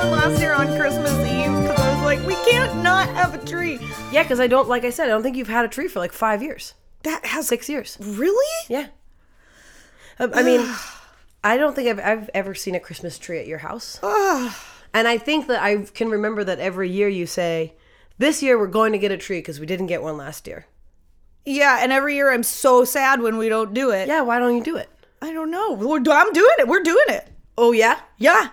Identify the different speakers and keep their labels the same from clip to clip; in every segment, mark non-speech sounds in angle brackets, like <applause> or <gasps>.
Speaker 1: on Christmas Eve because I was like, we can't not have a tree.
Speaker 2: Yeah, because I don't, like I said, I don't think you've had a tree for like five years,
Speaker 1: That has
Speaker 2: six years.
Speaker 1: really?
Speaker 2: Yeah. Um, I <sighs> mean, I don't think I've, I've ever seen a Christmas tree at your house. and I think that I can remember that every year you say, this year we're going to get a tree because we didn't get one last year.
Speaker 1: Yeah, and every year I'm so sad when we don't do it.
Speaker 2: Yeah, why don't you do it?
Speaker 1: I don't know. We're, I'm doing it. We're doing it.
Speaker 2: Oh, yeah?
Speaker 1: Yeah.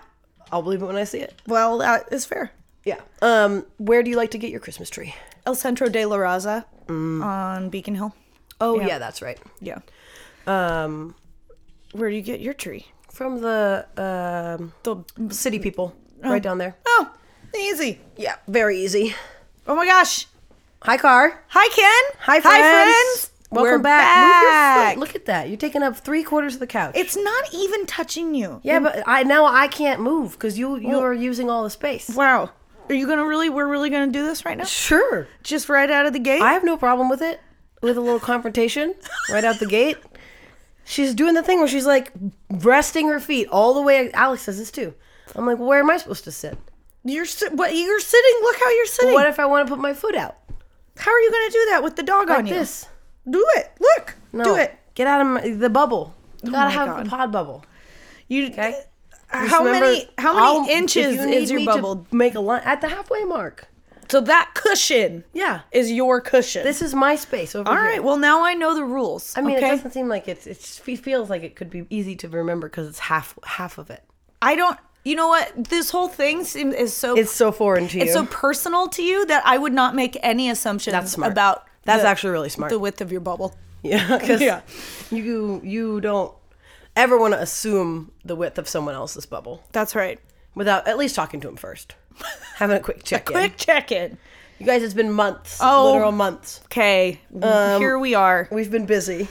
Speaker 2: I'll believe it when I see it.
Speaker 1: Well, that is fair.
Speaker 2: Yeah. Um, where do you like to get your Christmas tree?
Speaker 1: El Centro de la Raza on Beacon Hill.
Speaker 2: Oh, yeah, that's right.
Speaker 1: Mm. Yeah.
Speaker 2: Um,
Speaker 1: Where do you get your tree?
Speaker 2: from the um, the city people right down there.
Speaker 1: Oh, easy.
Speaker 2: Yeah, very easy.
Speaker 1: Oh my gosh.
Speaker 2: Hi, car.
Speaker 1: Hi, Ken.
Speaker 2: Hi, friends. Welcome
Speaker 1: We're
Speaker 2: back. Move your foot.
Speaker 1: back.
Speaker 2: Look at that. You're taking up three quarters of the couch.
Speaker 1: It's not even touching you.
Speaker 2: yeah, but I now I can't move because you you are using all the space.
Speaker 1: Wow. Are you gonna really? We're really gonna do this right now?
Speaker 2: Sure.
Speaker 1: Just right out of the gate?
Speaker 2: I have no problem with it. With a little confrontation <laughs> right out the gate. She's doing the thing where she's like resting her feet all the way. Alex does this too. I'm like, where am I supposed to sit?
Speaker 1: you're si- what? You're sitting. Look how you're sitting.
Speaker 2: What if I want to put my foot out?
Speaker 1: how are you gonna do that with the dog on
Speaker 2: Like
Speaker 1: you?
Speaker 2: this.
Speaker 1: Do it. Look.
Speaker 2: No.
Speaker 1: Do it.
Speaker 2: Get out of my, the bubble. Oh You gotta
Speaker 1: my
Speaker 2: have
Speaker 1: God.
Speaker 2: the pod bubble.
Speaker 1: You. uh,
Speaker 2: Okay. Just
Speaker 1: How
Speaker 2: remember,
Speaker 1: many? How many
Speaker 2: I'll- if
Speaker 1: inches
Speaker 2: you need
Speaker 1: is your
Speaker 2: me to
Speaker 1: bubble?
Speaker 2: Make a line at the halfway mark.
Speaker 1: So that cushion
Speaker 2: Yeah.
Speaker 1: is your cushion.
Speaker 2: This is my space over
Speaker 1: All
Speaker 2: here.
Speaker 1: right. Well, now I know the rules.
Speaker 2: I mean,
Speaker 1: okay?
Speaker 2: it doesn't seem like it's. It feels like it could be easy to remember because it's half half of it.
Speaker 1: I don't. You know what? This whole thing seem, is so
Speaker 2: It's so foreign to you.
Speaker 1: it's so personal to you that I would not make any assumptions
Speaker 2: That's smart.
Speaker 1: about
Speaker 2: That's
Speaker 1: the-
Speaker 2: actually really smart.
Speaker 1: the width of your bubble.
Speaker 2: <laughs> yeah, 'cause
Speaker 1: Yeah.
Speaker 2: you you don't ever want to assume the width of someone else's bubble
Speaker 1: That's right.
Speaker 2: without at least talking to him first, having a
Speaker 1: <laughs>
Speaker 2: quick check in.
Speaker 1: Quick check in.
Speaker 2: You guys, it's been months,
Speaker 1: Oh.
Speaker 2: literal months.
Speaker 1: Okay,
Speaker 2: Um,
Speaker 1: here we are.
Speaker 2: We've been busy.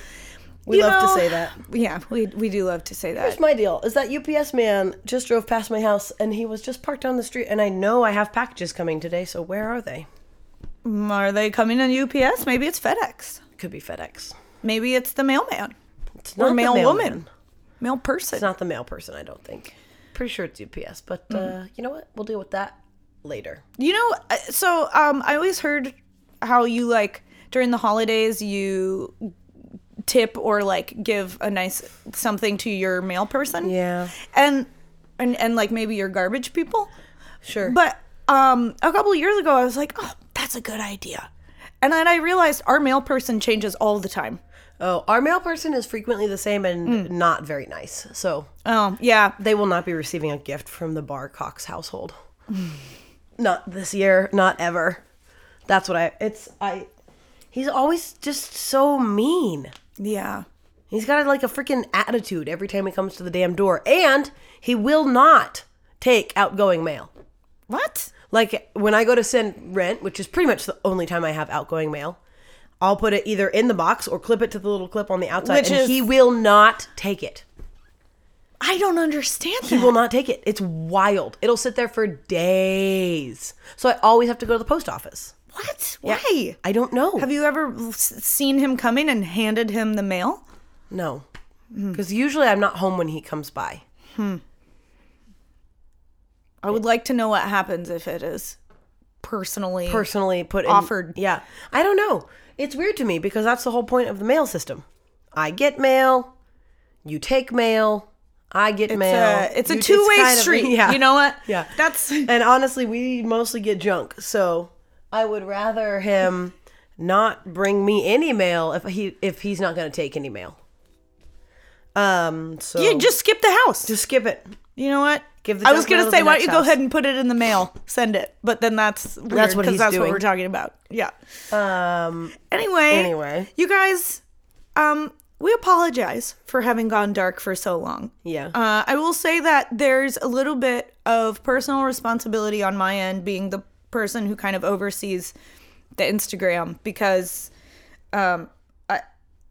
Speaker 2: We
Speaker 1: You
Speaker 2: love to
Speaker 1: know-
Speaker 2: say that.
Speaker 1: Yeah, we we do love to say that.
Speaker 2: Here's <sighs> my deal is that UPS man just drove past my house and he was just parked on the street and I know I have packages coming today, so where are they?
Speaker 1: Mm, Are they coming in UPS? Maybe it's FedEx.
Speaker 2: Could be FedEx.
Speaker 1: Maybe it's the mailman
Speaker 2: It's
Speaker 1: or
Speaker 2: the
Speaker 1: mail woman,
Speaker 2: mailman.
Speaker 1: mail person.
Speaker 2: It's not the mail person, I don't think. Pretty sure it's UPS, but uh, you know what? We'll deal with that later.
Speaker 1: You know, uh, so um, I always heard how you like during the holidays you tip or like give a nice something to your mail person.
Speaker 2: Yeah.
Speaker 1: and and and like maybe your garbage people.
Speaker 2: Sure.
Speaker 1: But um, a couple of years ago, I was like, oh, that's a good idea. And then I realized our mail person changes all the time.
Speaker 2: oh, our mail person is frequently the same and not very nice. So
Speaker 1: Oh, yeah.
Speaker 2: they will not be receiving a gift from the Bar Cox household. <laughs> not this year, not ever. That's what I it's I he's always just so mean.
Speaker 1: Yeah.
Speaker 2: He's got like a freaking attitude every time he comes to the damn door and he will not take outgoing mail.
Speaker 1: What?
Speaker 2: Like when I go to send rent, which is pretty much the only time I have outgoing mail, I'll put it either in the box or clip it to the little clip on the outside
Speaker 1: Which
Speaker 2: and
Speaker 1: is-
Speaker 2: he will not take it.
Speaker 1: I don't understand
Speaker 2: He
Speaker 1: that.
Speaker 2: will not take it. It's wild. It'll sit there for days. So I always have to go to the post office.
Speaker 1: What? Why?
Speaker 2: I don't know.
Speaker 1: Have you ever s- seen him coming and handed him the mail?
Speaker 2: no.
Speaker 1: Hmm.
Speaker 2: Because usually I'm not home when he comes by.
Speaker 1: I would like to know what happens if it is personally.
Speaker 2: Personally put in,
Speaker 1: Offered.
Speaker 2: Yeah. I don't know. It's weird to me because that's the whole point of the mail system. I get mail. You take mail. I get mail.
Speaker 1: Uh, it's a
Speaker 2: You-
Speaker 1: two way
Speaker 2: kind of-
Speaker 1: street.
Speaker 2: <laughs> yeah.
Speaker 1: You know what?
Speaker 2: Yeah.
Speaker 1: That's. <laughs>
Speaker 2: And honestly, we mostly get junk, so I would rather him not bring me any mail if he if he's not going to take any mail. Um, so
Speaker 1: Yeah, just skip the house.
Speaker 2: just skip it.
Speaker 1: You know what?
Speaker 2: Give the
Speaker 1: I was
Speaker 2: junk
Speaker 1: gonna
Speaker 2: mail to
Speaker 1: say,
Speaker 2: the
Speaker 1: why don't
Speaker 2: next
Speaker 1: you go
Speaker 2: house.
Speaker 1: ahead and put it in the mail, send it. But then that's weird,
Speaker 2: That's what
Speaker 1: 'cause
Speaker 2: he's
Speaker 1: that's what
Speaker 2: doing.
Speaker 1: we're talking about. Yeah.
Speaker 2: Um,
Speaker 1: Anyway.
Speaker 2: Anyway.
Speaker 1: You guys, um, we apologize for having gone dark for so long.
Speaker 2: Yeah.
Speaker 1: Uh, I will say that there's a little bit of personal responsibility on my end, being the person who kind of oversees the Instagram because um,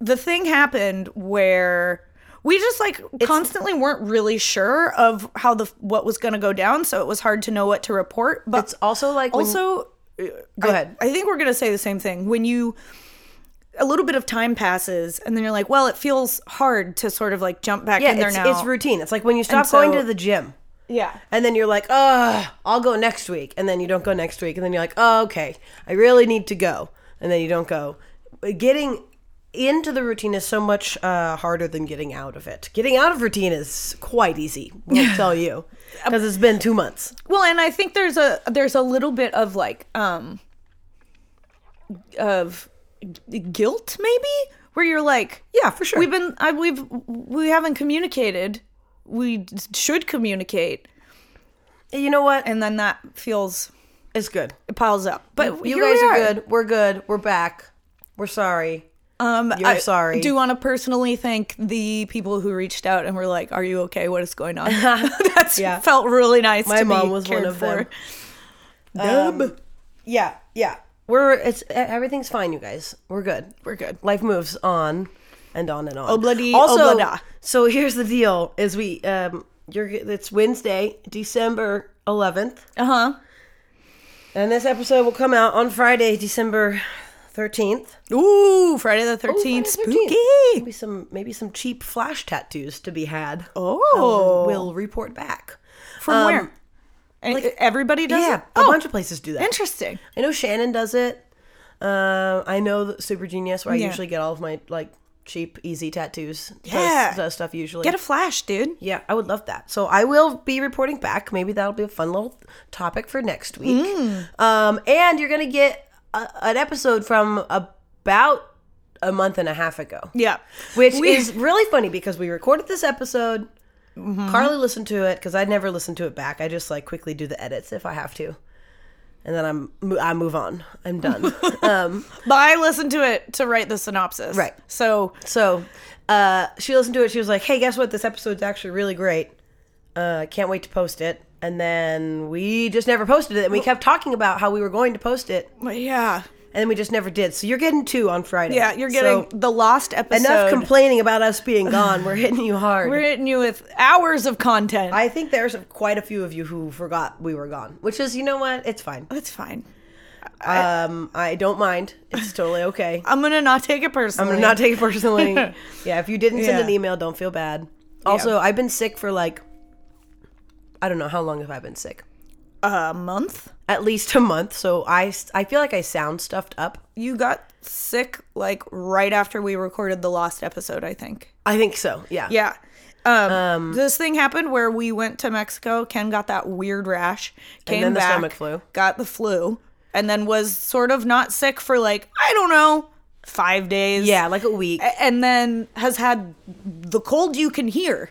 Speaker 1: the thing happened where we just like constantly weren't really sure of how the what was going to go down so it was hard to know what to report but
Speaker 2: it's also like when-
Speaker 1: also uh,
Speaker 2: go ahead.
Speaker 1: i think we're going to say the same thing when you a little bit of time passes and then you're like well it feels hard to sort of like jump back
Speaker 2: yeah,
Speaker 1: in there
Speaker 2: it's,
Speaker 1: now
Speaker 2: it's routine. It's like when you stop
Speaker 1: so-
Speaker 2: going to the gym.
Speaker 1: Yeah.
Speaker 2: And then you're like, "Ugh, I'll go next week." And then you don't go next week, and then you're like, "Oh, okay. I really need to go." And then you don't go. But Getting into the routine is so much uh, harder than getting out of it. Getting out of routine is quite easy, I'll tell you, because it's been 2 months.
Speaker 1: Well, and I think there's a there's a little bit of like um of g- guilt maybe where you're like
Speaker 2: Yeah, for sure.
Speaker 1: we've been I, we've we haven't communicated we d- should communicate
Speaker 2: you know what?
Speaker 1: and then that feels
Speaker 2: It's good.
Speaker 1: it piles up but
Speaker 2: You
Speaker 1: here
Speaker 2: guys
Speaker 1: we
Speaker 2: are good. We're good. We're back. We're sorry.
Speaker 1: um
Speaker 2: You're
Speaker 1: I
Speaker 2: sorry.
Speaker 1: do want to personally thank the people who reached out and were like are you okay what
Speaker 2: <laughs>
Speaker 1: is going on <laughs> that's
Speaker 2: Yeah.
Speaker 1: felt really nice
Speaker 2: My
Speaker 1: to
Speaker 2: mom
Speaker 1: be
Speaker 2: was one
Speaker 1: cared Um,
Speaker 2: of
Speaker 1: for.
Speaker 2: them. Yeah, yeah. We're it's e, everything's fine, you guys. We're good.
Speaker 1: we're good Oh,
Speaker 2: Life moves on and on and on.
Speaker 1: Obladi,
Speaker 2: also,
Speaker 1: oblada.
Speaker 2: so here's the deal: is we um, you're it's Wednesday, December 11th,
Speaker 1: uh-huh
Speaker 2: and this episode will come out on Friday, December 13th.
Speaker 1: Ooh, Oh, Friday the 13th.
Speaker 2: Friday the 13th.
Speaker 1: Spooky.
Speaker 2: Maybe some maybe some cheap flash tattoos to be had.
Speaker 1: Oh.
Speaker 2: we'll report back.
Speaker 1: From
Speaker 2: Um,
Speaker 1: where? And everybody does
Speaker 2: Yeah,
Speaker 1: it?
Speaker 2: a
Speaker 1: Oh,
Speaker 2: bunch of places do that.
Speaker 1: interesting.
Speaker 2: I know Shannon does it. Um, I know that Super Genius, where I
Speaker 1: Yeah.
Speaker 2: usually get all of my like cheap, easy tattoos. does-
Speaker 1: Yeah.
Speaker 2: does, stuff usually.
Speaker 1: Get a flash, dude.
Speaker 2: yeah, I would love that. So I will be reporting back. Maybe that'll be a fun little topic for next week.
Speaker 1: Mm.
Speaker 2: Um, and you're gonna get a, an episode from about a month and a half ago,
Speaker 1: Yeah.
Speaker 2: which is really funny because we recorded this episode.
Speaker 1: Mm-hmm.
Speaker 2: Carly listened to it because I never listen to it back. I just like quickly do the edits if I have to, and then I'm mo- I move on. I'm
Speaker 1: <laughs>
Speaker 2: done.
Speaker 1: But I listened to it to write the synopsis.
Speaker 2: Right.
Speaker 1: So,
Speaker 2: So uh, she listened to it. She was like, "Hey, guess what? This episode's actually really great. Uh, can't wait to post it." And then we just never posted it, and we kept talking about how we were going to post it,
Speaker 1: but yeah.
Speaker 2: and then we just never did. So you're getting two on Friday.
Speaker 1: Yeah, you're getting
Speaker 2: So
Speaker 1: the lost episode.
Speaker 2: enough complaining about us being gone. We're hitting you hard.
Speaker 1: We're hitting you with hours of content.
Speaker 2: I think there's quite a few of you who forgot we were gone, which is, you know what? It's fine.
Speaker 1: That's fine.
Speaker 2: Um, I don't mind. It's totally <laughs> okay.
Speaker 1: I'm going to not take it personally.
Speaker 2: I'm not taking it <laughs> personally. yeah, if you didn't send
Speaker 1: Yeah.
Speaker 2: an email, don't feel bad. Also, I've been sick for like I don't know how long have I been sick?
Speaker 1: a month.
Speaker 2: At least a month. So I s- I feel like I sound stuffed up.
Speaker 1: You got sick like right after we recorded the lost episode, I think.
Speaker 2: I think so. Yeah.
Speaker 1: Yeah. Um, this thing happened where we went to Mexico. Ken got that weird rash, came
Speaker 2: then the
Speaker 1: back,
Speaker 2: stomach flu.
Speaker 1: got the flu, and then was sort of not sick for like I don't know five days.
Speaker 2: Yeah, like a week.
Speaker 1: A- and then has had the cold you can hear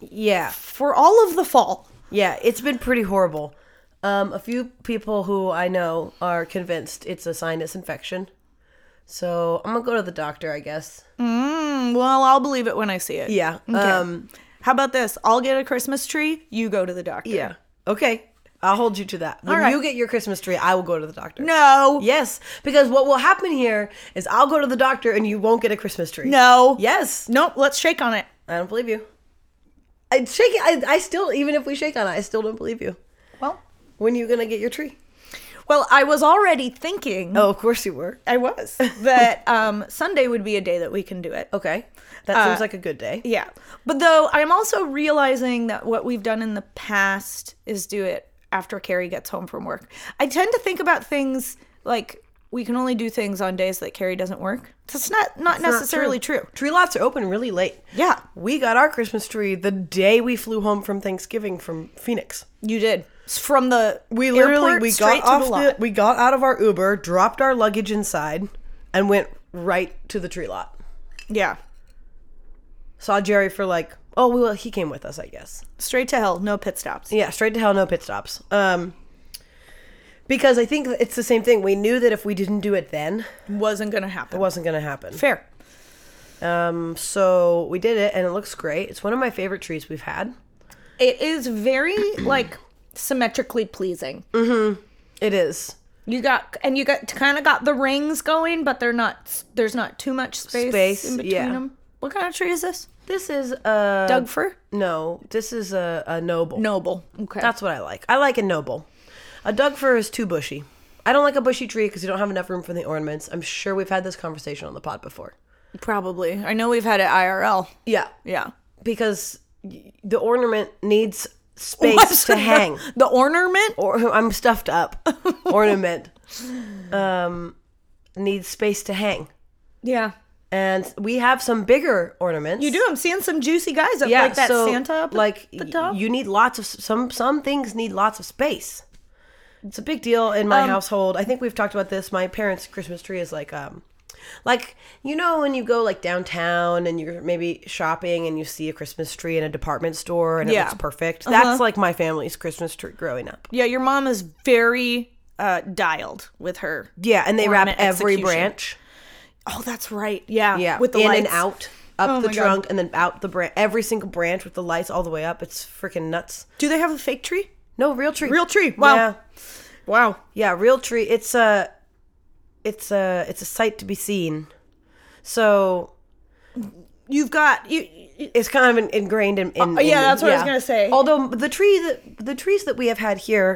Speaker 2: yeah.
Speaker 1: for all of the fall.
Speaker 2: Yeah, it's been pretty horrible. Um, a few people who I know are convinced it's a sinus infection. So I'm gonna go to the doctor, I guess.
Speaker 1: Mm, Well, I'll believe it when I see it.
Speaker 2: Yeah. Um
Speaker 1: How about this? I'll get a Christmas tree. You go to the doctor.
Speaker 2: yeah. Okay. I'll hold you to that. When
Speaker 1: right.
Speaker 2: you get your Christmas tree, I will go to the doctor.
Speaker 1: No.
Speaker 2: Yes, because what will happen here is I'll go to the doctor and you won't get a Christmas tree.
Speaker 1: No.
Speaker 2: Yes.
Speaker 1: Nope. Let's shake on it.
Speaker 2: I don't believe you. I shake. I, I still, even if we shake on it, I still don't believe you.
Speaker 1: Well.
Speaker 2: When are you gonna get your tree?
Speaker 1: Well, I was already thinking.
Speaker 2: Oh, of course you were.
Speaker 1: I was.
Speaker 2: <laughs>
Speaker 1: that um, Sunday would be a day that we can do it.
Speaker 2: Okay, that seems like a good day.
Speaker 1: Yeah. But though I'm also realizing that what we've done in the past is do it after Carrie gets home from work. I tend to think about things like we can only do things on days that Carrie doesn't work. That's not not
Speaker 2: Not
Speaker 1: necessarily true.
Speaker 2: Tree lots are open really late.
Speaker 1: Yeah,
Speaker 2: We got our Christmas tree the day we flew home from Thanksgiving from Phoenix.
Speaker 1: you did. It's from the
Speaker 2: We literally
Speaker 1: airport
Speaker 2: we
Speaker 1: straight
Speaker 2: got
Speaker 1: to
Speaker 2: off
Speaker 1: the
Speaker 2: the,
Speaker 1: lot.
Speaker 2: we got out of our Uber, dropped our luggage inside, and went right to the tree lot.
Speaker 1: yeah,
Speaker 2: Saw Jerry for like oh well he came with us I guess.
Speaker 1: straight to hell, no pit stops.
Speaker 2: Yeah, straight to hell, no pit stops. Um, because I think it's the same thing. We knew that if we didn't do it then,
Speaker 1: Wasn't gonna happen.
Speaker 2: it wasn't going to happen.
Speaker 1: Fair.
Speaker 2: Um, so we did it, and it looks great. It's one of my favorite trees we've had.
Speaker 1: It is very like symmetrically pleasing.
Speaker 2: It is
Speaker 1: You got and you got kind of got the rings going, but they're not. There's not too much space,
Speaker 2: Space,
Speaker 1: in between
Speaker 2: yeah.
Speaker 1: them. What kind of tree is this?
Speaker 2: This is uh, a
Speaker 1: Doug fir?
Speaker 2: No, this is a, a noble.
Speaker 1: Noble. Okay.
Speaker 2: That's what I like. I like a noble. A Doug fir is too bushy. I don't like a bushy tree because you don't have enough room for the ornaments. I'm sure we've had this conversation on the pod before.
Speaker 1: probably. I know we've had it IRL.
Speaker 2: Yeah,
Speaker 1: Yeah.
Speaker 2: because y- the ornament needs space
Speaker 1: What's
Speaker 2: to
Speaker 1: the-
Speaker 2: hang.
Speaker 1: <laughs> the ornament.
Speaker 2: Or I'm stuffed
Speaker 1: <laughs>
Speaker 2: up. Ornament. Um, needs space to hang.
Speaker 1: Yeah,
Speaker 2: And we have some bigger ornaments.
Speaker 1: you do. I'm seeing some juicy guys up like that Santa up at
Speaker 2: like
Speaker 1: the top.
Speaker 2: you need lots of some some things need lots of space. It's a big deal in
Speaker 1: Um,
Speaker 2: my household. I think we've talked about this. My parents' Christmas tree is like um like you know when you go like downtown and you're maybe shopping and you see a Christmas tree in a department store and it
Speaker 1: Yeah. Uh-huh.
Speaker 2: looks perfect. That's like my family's Christmas tree growing up.
Speaker 1: yeah, your mom is very uh, dialed with her.
Speaker 2: Yeah, and they wrap
Speaker 1: Ornament
Speaker 2: every
Speaker 1: execution.
Speaker 2: branch.
Speaker 1: Oh, that's right. Yeah,
Speaker 2: Yeah,
Speaker 1: with the
Speaker 2: in
Speaker 1: lights.
Speaker 2: and out, up
Speaker 1: Oh
Speaker 2: the
Speaker 1: my God.
Speaker 2: trunk, and then out the branch. Every single branch with the lights all the way up. It's freaking nuts.
Speaker 1: Do they have a fake tree?
Speaker 2: No real tree.
Speaker 1: Real tree. Wow.
Speaker 2: Yeah,
Speaker 1: Wow.
Speaker 2: yeah, real tree. It's a, it's a, it's a sight to be seen. So
Speaker 1: You've got you. you-
Speaker 2: it's kind of ingrained in. in
Speaker 1: Uh, yeah,
Speaker 2: in-
Speaker 1: that's what I was gonna say.
Speaker 2: Although the tree that the trees that we have had here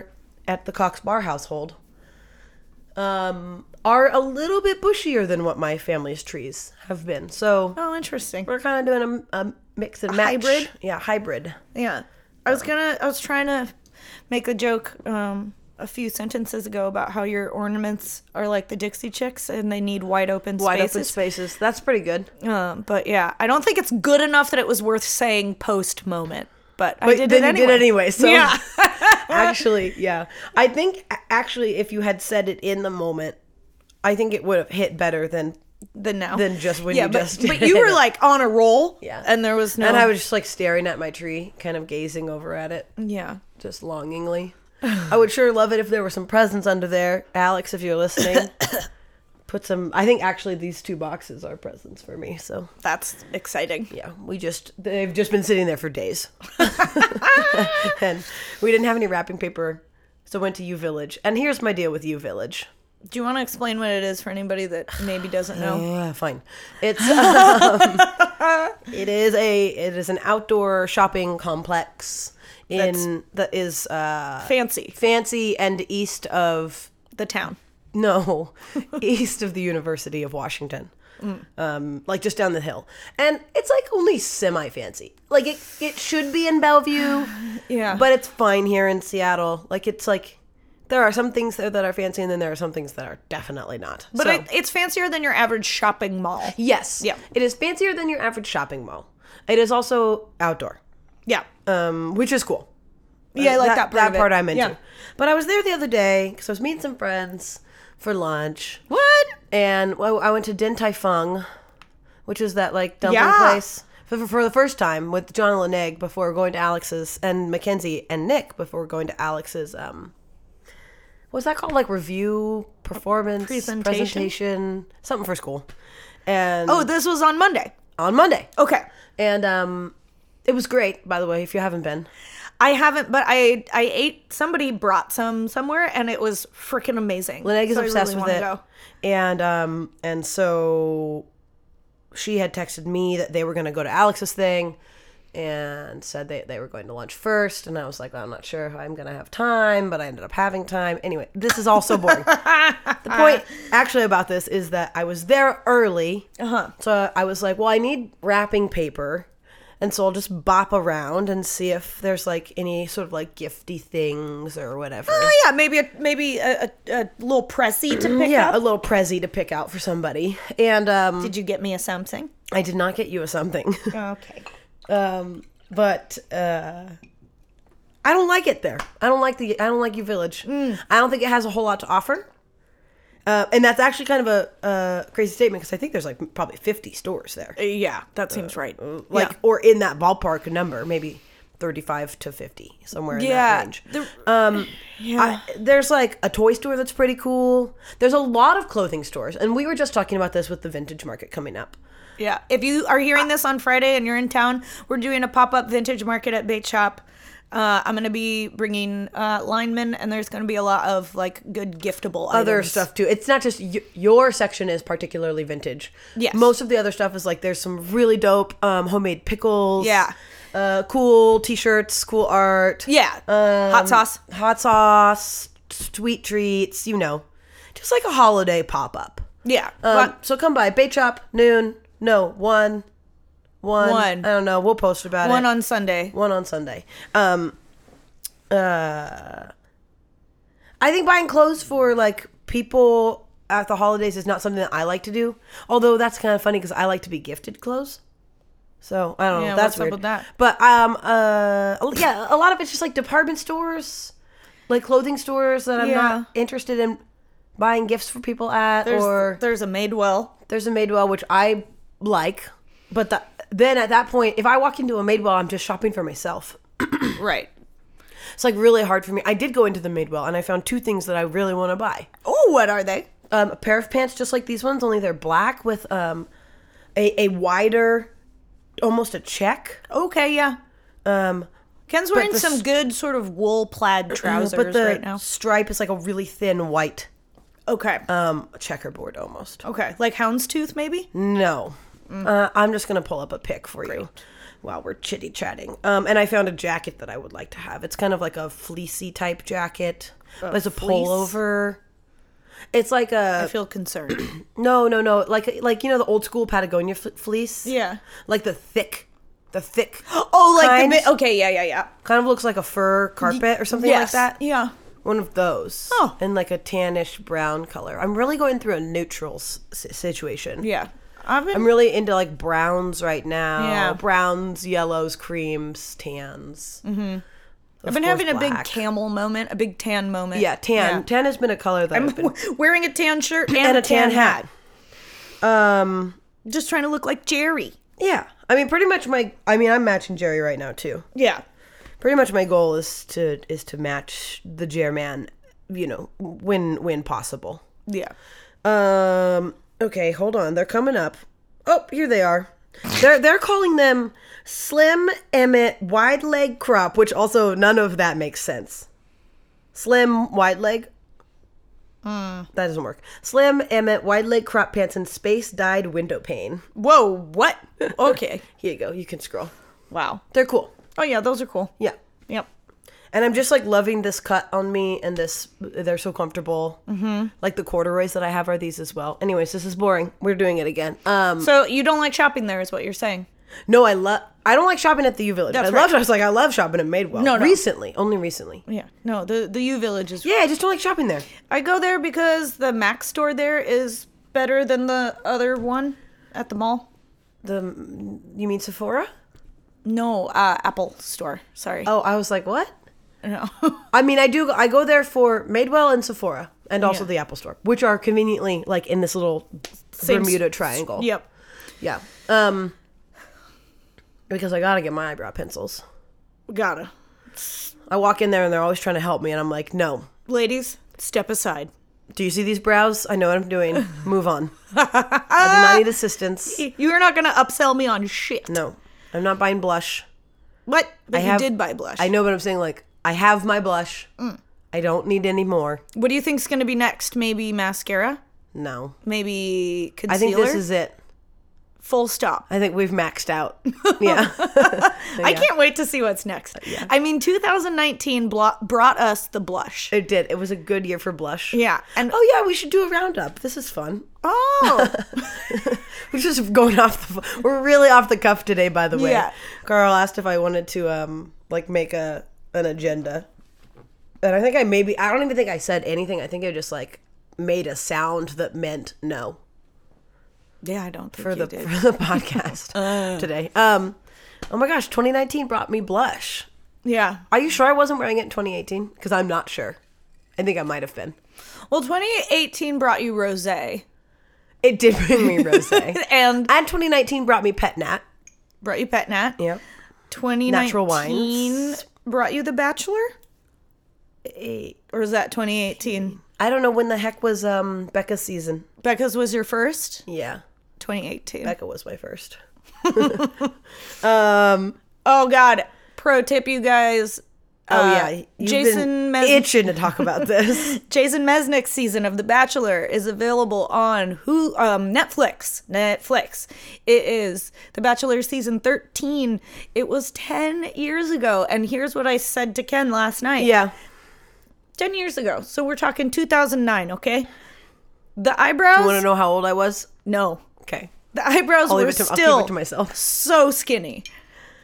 Speaker 2: at the Cox Bar household, um, are a little bit bushier than what my family's trees have been. So
Speaker 1: Oh, interesting.
Speaker 2: we're kind of doing a, a mix and match.
Speaker 1: hybrid?
Speaker 2: Yeah, hybrid.
Speaker 1: Yeah. I was gonna. I was trying to make a joke um, a few sentences ago about how your ornaments are like the Dixie Chicks and they need wide open
Speaker 2: Wide
Speaker 1: spaces.
Speaker 2: open spaces. That's pretty good.
Speaker 1: Um, but yeah, I don't think it's good enough that it was worth saying post moment. But, I
Speaker 2: But
Speaker 1: did
Speaker 2: then
Speaker 1: it
Speaker 2: you
Speaker 1: anyway.
Speaker 2: did it anyway, so-
Speaker 1: yeah,
Speaker 2: <laughs>
Speaker 1: <laughs>
Speaker 2: actually, yeah. I think a- actually, if you had said it in the moment, I think it would have hit better than.
Speaker 1: the now
Speaker 2: Then just when
Speaker 1: yeah,
Speaker 2: you
Speaker 1: but,
Speaker 2: just
Speaker 1: but
Speaker 2: did
Speaker 1: you were
Speaker 2: it.
Speaker 1: like on a roll.
Speaker 2: Yeah.
Speaker 1: and there was no.
Speaker 2: And I was just like staring at my tree, kind of gazing over at it,
Speaker 1: yeah.
Speaker 2: just longingly. I would sure love it if there were some presents under there, Alex. If you're
Speaker 1: <coughs>
Speaker 2: listening, put some. I think actually these two boxes are presents for me. So
Speaker 1: That's exciting.
Speaker 2: yeah, we just they've just been sitting there for days, <laughs> and we didn't have any wrapping paper, so went to U Village. And here's my deal with U Village.
Speaker 1: Do you want to explain what it is for anybody that maybe doesn't know?
Speaker 2: Yeah, Oh, fine. It's um, it is a it is an outdoor shopping complex in that is uh,
Speaker 1: Fancy
Speaker 2: fancy and east of
Speaker 1: the town.
Speaker 2: no <laughs> east of the University of Washington. Um, like just down the hill, and it's like only semi fancy. Like it, it should be in Bellevue, <sighs>
Speaker 1: Yeah,
Speaker 2: but it's fine here in Seattle. Like it's like there are some things there that are fancy, and then there are some things that are definitely not.
Speaker 1: but
Speaker 2: So-
Speaker 1: it, it's fancier than your average shopping mall.
Speaker 2: Yes.
Speaker 1: Yeah.
Speaker 2: It is fancier than your average shopping mall. It is also outdoor,
Speaker 1: Yeah,
Speaker 2: um, which is cool.
Speaker 1: yeah, I like that, part. of it.
Speaker 2: I'm into.
Speaker 1: Yeah.
Speaker 2: But I was there the other day because I was meeting some friends for lunch,
Speaker 1: What?
Speaker 2: and well, I went to Din Tai Fung, which is that like dumpling
Speaker 1: Yeah.
Speaker 2: place. For, for- for the first time with John Leneg before going to Alex's and Mackenzie and Nick before going to Alex's um what's that called like review performance
Speaker 1: Presentation?
Speaker 2: presentation something for school and
Speaker 1: Oh, this was on Monday.
Speaker 2: on Monday
Speaker 1: Okay.
Speaker 2: and um it was great by the way if you haven't been
Speaker 1: I haven't, but I I ate. Somebody brought some somewhere, and it was freaking amazing.
Speaker 2: Leneg is
Speaker 1: So I
Speaker 2: obsessed
Speaker 1: really
Speaker 2: with
Speaker 1: wanna
Speaker 2: it
Speaker 1: go.
Speaker 2: and um and so she had texted me that they were going to go to alex's thing and said they, they were going to lunch first and i was like i'm not sure if i'm going to have time but i ended up having time anyway this is all so
Speaker 1: <laughs>
Speaker 2: boring the point
Speaker 1: Uh-huh.
Speaker 2: actually about this is that i was there early uh-huh. so i was like well i need wrapping paper and so i'll just bop around and see if there's like any sort of like gifty things or whatever
Speaker 1: Oh yeah, maybe a, maybe a, a, a little pressy to pick
Speaker 2: yeah
Speaker 1: up.
Speaker 2: a little prezi to pick out for somebody and um
Speaker 1: Did you get me a something?
Speaker 2: I did not get you a something, <laughs>
Speaker 1: Okay.
Speaker 2: um, but uh, I don't like it there. I don't like the I don't like you village.
Speaker 1: Hmm.
Speaker 2: I don't think it has a whole lot to offer, uh, and that's actually kind of a uh, crazy statement because I think there's like probably 50 stores there,
Speaker 1: Uh, Yeah, that seems right.
Speaker 2: Uh, like or in that ballpark number, maybe 35 to 50 somewhere in that
Speaker 1: yeah,
Speaker 2: range.
Speaker 1: The-
Speaker 2: Um,
Speaker 1: Yeah.
Speaker 2: I, there's like a toy store that's pretty cool. There's a lot of clothing stores, and we were just talking about this with the vintage market coming up.
Speaker 1: Yeah. If you are hearing this on Friday and you're in town, we're doing a pop up vintage market at Bait Shop. Uh, I'm gonna be bringing uh, linemen, and there's gonna be a lot of like good giftable
Speaker 2: other
Speaker 1: items.
Speaker 2: stuff too. It's not just y- your section is particularly vintage.
Speaker 1: Yes.
Speaker 2: Most of the other stuff is like there's some really dope um, homemade pickles.
Speaker 1: Yeah.
Speaker 2: Uh, cool t-shirts, cool art.
Speaker 1: Yeah.
Speaker 2: Um,
Speaker 1: Hot sauce.
Speaker 2: Hot sauce, sweet treats. You know, just like a holiday pop up.
Speaker 1: Yeah.
Speaker 2: Um,
Speaker 1: But-
Speaker 2: so come by bait shop noon. No one. One.
Speaker 1: One.
Speaker 2: I don't know. We'll post about it.
Speaker 1: one on Sunday.
Speaker 2: one on Sunday. Um, uh, I think buying clothes for like people at the holidays is not something that I like to do. Although that's kind of funny because I like to be gifted clothes. So I don't know.
Speaker 1: Yeah,
Speaker 2: that's
Speaker 1: what's up
Speaker 2: weird.
Speaker 1: with that?
Speaker 2: But um, uh, yeah, a lot of it's just like department stores, like clothing stores that I'm
Speaker 1: Yeah.
Speaker 2: not interested in buying gifts for people at.
Speaker 1: There's,
Speaker 2: or
Speaker 1: there's
Speaker 2: <clears throat>
Speaker 1: a Madewell.
Speaker 2: there's a Madewell which I like, but the, then at that point, if I walk into a Madewell, I'm just shopping for myself.
Speaker 1: Right.
Speaker 2: It's like really hard for me. I did go into the Madewell and I found two things that I really want to buy.
Speaker 1: Oh, what are they?
Speaker 2: um, a pair of pants just like these ones, only they're black with um, a, a wider, almost a check.
Speaker 1: Okay, yeah.
Speaker 2: Um,
Speaker 1: Ken's wearing
Speaker 2: the
Speaker 1: some
Speaker 2: s-
Speaker 1: good sort of wool plaid trousers
Speaker 2: <clears throat> but the
Speaker 1: right now.
Speaker 2: stripe is like a really thin white
Speaker 1: Okay.
Speaker 2: um, checkerboard almost.
Speaker 1: okay. Like houndstooth, maybe?
Speaker 2: No.
Speaker 1: Mm.
Speaker 2: Uh, I'm just going to pull up a pic for you while we're chitty chatting. Um, and I found a jacket that I would like to have. It's kind of like a fleecy type jacket, but it's a
Speaker 1: fleece?
Speaker 2: pullover. It's like
Speaker 1: I
Speaker 2: a <clears throat>
Speaker 1: feel concerned.
Speaker 2: no, no, no. Like like you know the old school Patagonia fle- fleece.
Speaker 1: yeah.
Speaker 2: like the thick, the thick.
Speaker 1: Oh, like
Speaker 2: kind,
Speaker 1: the bit. Okay, yeah, yeah, yeah.
Speaker 2: kind of looks like a fur carpet or something
Speaker 1: Yes.
Speaker 2: like that.
Speaker 1: Yeah.
Speaker 2: One of those.
Speaker 1: Oh.
Speaker 2: and like a tannish brown color. I'm really going through a neutral s- s- situation.
Speaker 1: Yeah. I've been
Speaker 2: I'm really into like browns right now.
Speaker 1: Yeah.
Speaker 2: browns, yellows, creams, tans.
Speaker 1: Mm-hmm. I've been
Speaker 2: course,
Speaker 1: having a big
Speaker 2: black.
Speaker 1: camel moment, a big tan moment. <laughs>
Speaker 2: Yeah, tan.
Speaker 1: Yeah.
Speaker 2: Tan has been a color that i have been
Speaker 1: Wearing a
Speaker 2: <laughs>
Speaker 1: tan shirt and,
Speaker 2: and a tan, hat. Um.
Speaker 1: Just trying to look like Jerry.
Speaker 2: Yeah. I mean, pretty much my. I mean, I'm matching Jerry right now too.
Speaker 1: Yeah.
Speaker 2: pretty much my goal is to is to match the Jerman, you know, when when possible.
Speaker 1: Yeah.
Speaker 2: Um okay, hold on. They're coming up. Oh, here they are. They're they're calling them Slim Emmett wide leg crop, which also none of that makes sense. Slim wide leg that doesn't work. Slim Emmett wide leg crop pants and space dyed window pane.
Speaker 1: Whoa,
Speaker 2: <laughs>
Speaker 1: what? Okay.
Speaker 2: Here you go. You can scroll.
Speaker 1: wow.
Speaker 2: They're cool.
Speaker 1: Oh, yeah, those are cool.
Speaker 2: Yeah.
Speaker 1: Yep.
Speaker 2: And I'm just like loving this cut on me, and this they're so comfortable. Mm-hmm. Like the corduroys that I have are these as well. Anyways, this is boring. We're doing it again. Um,
Speaker 1: So you don't like shopping there, is what you're saying?
Speaker 2: no, I love. I don't like shopping at the U Village. I
Speaker 1: That's
Speaker 2: loved. I was like, I love shopping at Madewell.
Speaker 1: No, no.
Speaker 2: recently, only recently.
Speaker 1: Yeah. No, the the U Village is.
Speaker 2: Yeah, I just don't like shopping there.
Speaker 1: I go there because the Mac store there is better than the other one at the mall.
Speaker 2: The you mean Sephora?
Speaker 1: No, uh, Apple store. Sorry.
Speaker 2: Oh, I was like, what?
Speaker 1: <laughs> No.
Speaker 2: I mean, I do. I go there for Madewell and Sephora, and also
Speaker 1: Yeah.
Speaker 2: the Apple Store, which are conveniently like in this little
Speaker 1: Same s-
Speaker 2: Bermuda Triangle.
Speaker 1: yep.
Speaker 2: Yeah. Um, because I gotta get my eyebrow pencils.
Speaker 1: Gotta.
Speaker 2: I walk in there and they're always trying to help me, and I'm like, no.
Speaker 1: Ladies, step aside.
Speaker 2: Do you see these brows? I know what I'm doing. Move on. I do not need assistance.
Speaker 1: <laughs> You are not gonna upsell me on shit.
Speaker 2: No, I'm not buying blush.
Speaker 1: What? But
Speaker 2: I
Speaker 1: you
Speaker 2: have-
Speaker 1: did buy blush.
Speaker 2: I know what I'm saying. Like, I have my blush. I don't need any more.
Speaker 1: What do you think's gonna be next? Maybe mascara.
Speaker 2: No.
Speaker 1: Maybe concealer.
Speaker 2: I think this is it.
Speaker 1: full stop.
Speaker 2: I think we've maxed
Speaker 1: <laughs>
Speaker 2: out. Yeah. Oh,
Speaker 1: I can't wait to see what's next. I mean, 2019 blo- brought us
Speaker 2: <laughs>
Speaker 1: the blush.
Speaker 2: it did. It was a good year for blush.
Speaker 1: Yeah, and
Speaker 2: Oh, yeah, we should do a roundup. This is fun. <laughs>
Speaker 1: oh,
Speaker 2: We're just going off the. We're really off the cuff today, by the way.
Speaker 1: Yeah.
Speaker 2: Carl asked if I wanted to um like make a an agenda, and I think I maybe I don't even think I said anything. I think I just like made a sound that meant no
Speaker 1: yeah, I don't think
Speaker 2: for
Speaker 1: you
Speaker 2: the
Speaker 1: did. Uh.
Speaker 2: for the
Speaker 1: <laughs>
Speaker 2: podcast today. Um, oh my gosh, 2019 brought me blush.
Speaker 1: Yeah,
Speaker 2: Are you sure I wasn't wearing it in 2018? Because I'm not sure. I think I might have been.
Speaker 1: well, 2018 brought you rose, and
Speaker 2: It did bring me
Speaker 1: <laughs>
Speaker 2: rose, and 2019 brought me pet nat.
Speaker 1: brought you pet nat.
Speaker 2: Yep.
Speaker 1: 2019
Speaker 2: Natural wines.
Speaker 1: brought you the bachelor,
Speaker 2: Eh,
Speaker 1: or is that 2018?
Speaker 2: I don't know when the heck was um Becca's season.
Speaker 1: Becca's was your first.
Speaker 2: Yeah.
Speaker 1: 2018.
Speaker 2: Becca was my first. um.
Speaker 1: oh God! Pro tip, you guys.
Speaker 2: Oh
Speaker 1: Uh,
Speaker 2: yeah, You've
Speaker 1: Jason
Speaker 2: been
Speaker 1: Mes-
Speaker 2: itching to talk
Speaker 1: <laughs>
Speaker 2: about this.
Speaker 1: Jason Mesnick's season of The Bachelor is available on who um, Netflix. Netflix. It is The Bachelor season 13. It was 10 years ago, and here's what I said to Ken last night.
Speaker 2: yeah,
Speaker 1: 10 years ago. So we're talking 2009, okay? The
Speaker 2: want
Speaker 1: eyebrows?
Speaker 2: to know how old I was?
Speaker 1: no.
Speaker 2: Okay,
Speaker 1: The eyebrows
Speaker 2: I'll leave
Speaker 1: were
Speaker 2: it to, I'll keep <laughs>
Speaker 1: still
Speaker 2: it to myself.
Speaker 1: so skinny.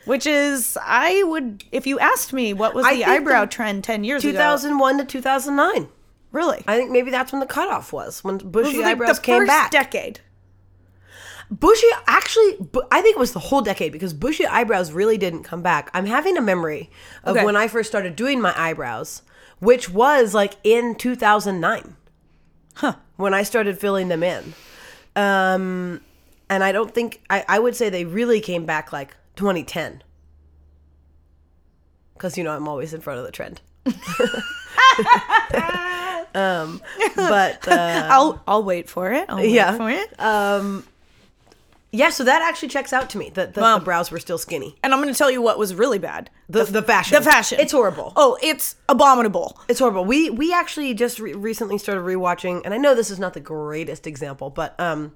Speaker 1: Which is, I would, if you asked me what was
Speaker 2: I
Speaker 1: the
Speaker 2: think
Speaker 1: eyebrow
Speaker 2: the
Speaker 1: trend 10 years ago.
Speaker 2: 2001 to 2009.
Speaker 1: Really?
Speaker 2: I think maybe that's when the cutoff was when
Speaker 1: It was
Speaker 2: bushy
Speaker 1: like
Speaker 2: eyebrows came
Speaker 1: first
Speaker 2: back. <laughs>
Speaker 1: decade.
Speaker 2: bushy actually, bu- I think it was the whole decade because bushy eyebrows really didn't come back. I'm having a memory of
Speaker 1: Okay.
Speaker 2: when I first started doing my eyebrows, which was like in 2009. Huh. When I started filling them in, um, and I don't think I, I would say they really came back like 2010. Because you know I'm always in front of the trend, <laughs> Um, but uh,
Speaker 1: I'll I'll wait for it. I'll wait
Speaker 2: Yeah.
Speaker 1: for it.
Speaker 2: yeah. So that actually checks out to me that the,
Speaker 1: Wow.
Speaker 2: the brows were still skinny.
Speaker 1: and I'm going to tell you what was really bad.
Speaker 2: The, the fashion.
Speaker 1: The fashion.
Speaker 2: It's horrible.
Speaker 1: Oh, it's abominable.
Speaker 2: It's horrible. We we actually just re- recently started rewatching, and I know this is not the greatest example, but um,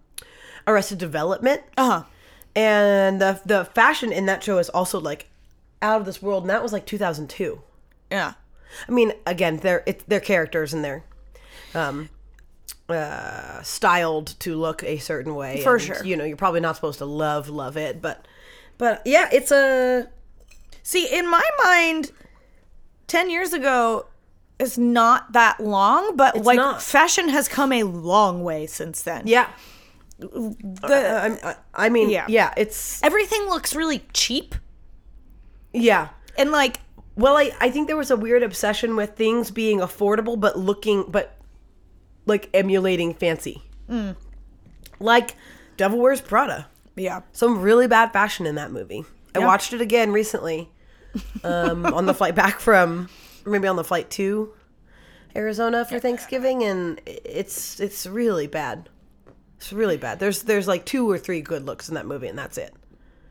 Speaker 2: Arrested Development,
Speaker 1: Uh huh.
Speaker 2: and the the fashion in that show is also like out of this world, and that was like 2002.
Speaker 1: Yeah.
Speaker 2: I mean, again, they're it's their characters and they're um, uh, styled to look a certain way.
Speaker 1: For
Speaker 2: and,
Speaker 1: sure.
Speaker 2: you know, you're probably not supposed to love love it, but but yeah, it's a
Speaker 1: See, in my mind, 10 years ago is not that long, but like
Speaker 2: not.
Speaker 1: fashion has come a long way since then.
Speaker 2: yeah.
Speaker 1: The-
Speaker 2: I, I, I mean,
Speaker 1: Uh, Yeah.
Speaker 2: yeah, it's
Speaker 1: everything looks really cheap
Speaker 2: yeah.
Speaker 1: and like
Speaker 2: Well, I, I think there was a weird obsession with things being affordable but looking but like emulating fancy.
Speaker 1: Mm.
Speaker 2: Like Devil Wears Prada.
Speaker 1: yeah.
Speaker 2: Some really bad fashion in that movie. I
Speaker 1: Yeah.
Speaker 2: watched it again recently. Um,
Speaker 1: <laughs>
Speaker 2: on the flight back from or maybe on the flight to Arizona for Thanksgiving and it's it's really bad. It's really bad. There's there's like two or three good looks in that movie and that's it.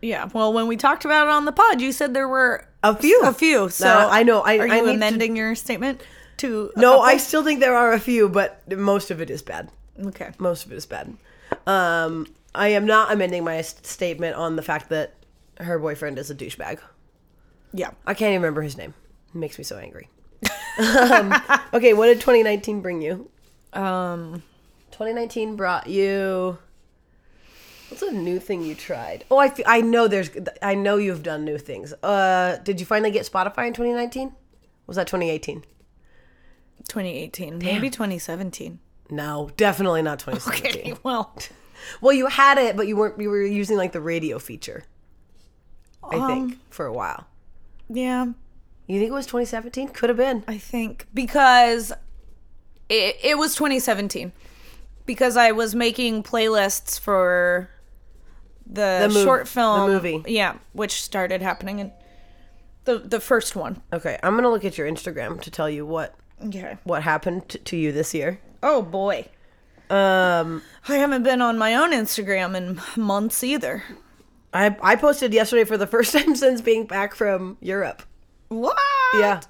Speaker 1: Yeah. Well, when we talked about it on the pod, you said there were
Speaker 2: A few.
Speaker 1: a few. So
Speaker 2: No, I know. I-
Speaker 1: are
Speaker 2: I
Speaker 1: you
Speaker 2: need to-
Speaker 1: amending your statement to a
Speaker 2: No, I
Speaker 1: couple?
Speaker 2: still think there are a few, but most of it is bad.
Speaker 1: okay.
Speaker 2: most of it is bad. Um, I am not amending my s- statement on the fact that her boyfriend is a douchebag.
Speaker 1: Yeah.
Speaker 2: I can't even remember his name. It makes me so angry. um, okay, what did 2019 bring you?
Speaker 1: Um.
Speaker 2: 2019 brought you. What's a new thing you tried? Oh, I, f- I know there's. I know you've done new things. Uh, did you finally get Spotify in 2019? Was that 2018?
Speaker 1: 2018, maybe 2017.
Speaker 2: No, definitely not 2017.
Speaker 1: <laughs> Okay. Well,
Speaker 2: Well, you had it, but you weren't. You were using like the radio feature. I think for a while.
Speaker 1: yeah.
Speaker 2: You think it was 2017? Could have been.
Speaker 1: I think because it, it was 2017 because I was making playlists for the,
Speaker 2: The mov-
Speaker 1: short
Speaker 2: the
Speaker 1: film
Speaker 2: movie.
Speaker 1: yeah, which started happening in the the first one.
Speaker 2: Okay, I'm gonna look at your Instagram to tell you what
Speaker 1: Okay.
Speaker 2: what happened t- to you this year.
Speaker 1: Oh boy,
Speaker 2: Um,
Speaker 1: I haven't been on my own Instagram in months either.
Speaker 2: I I posted yesterday for the <laughs> first time since being back from Europe.
Speaker 1: What?
Speaker 2: Yeah,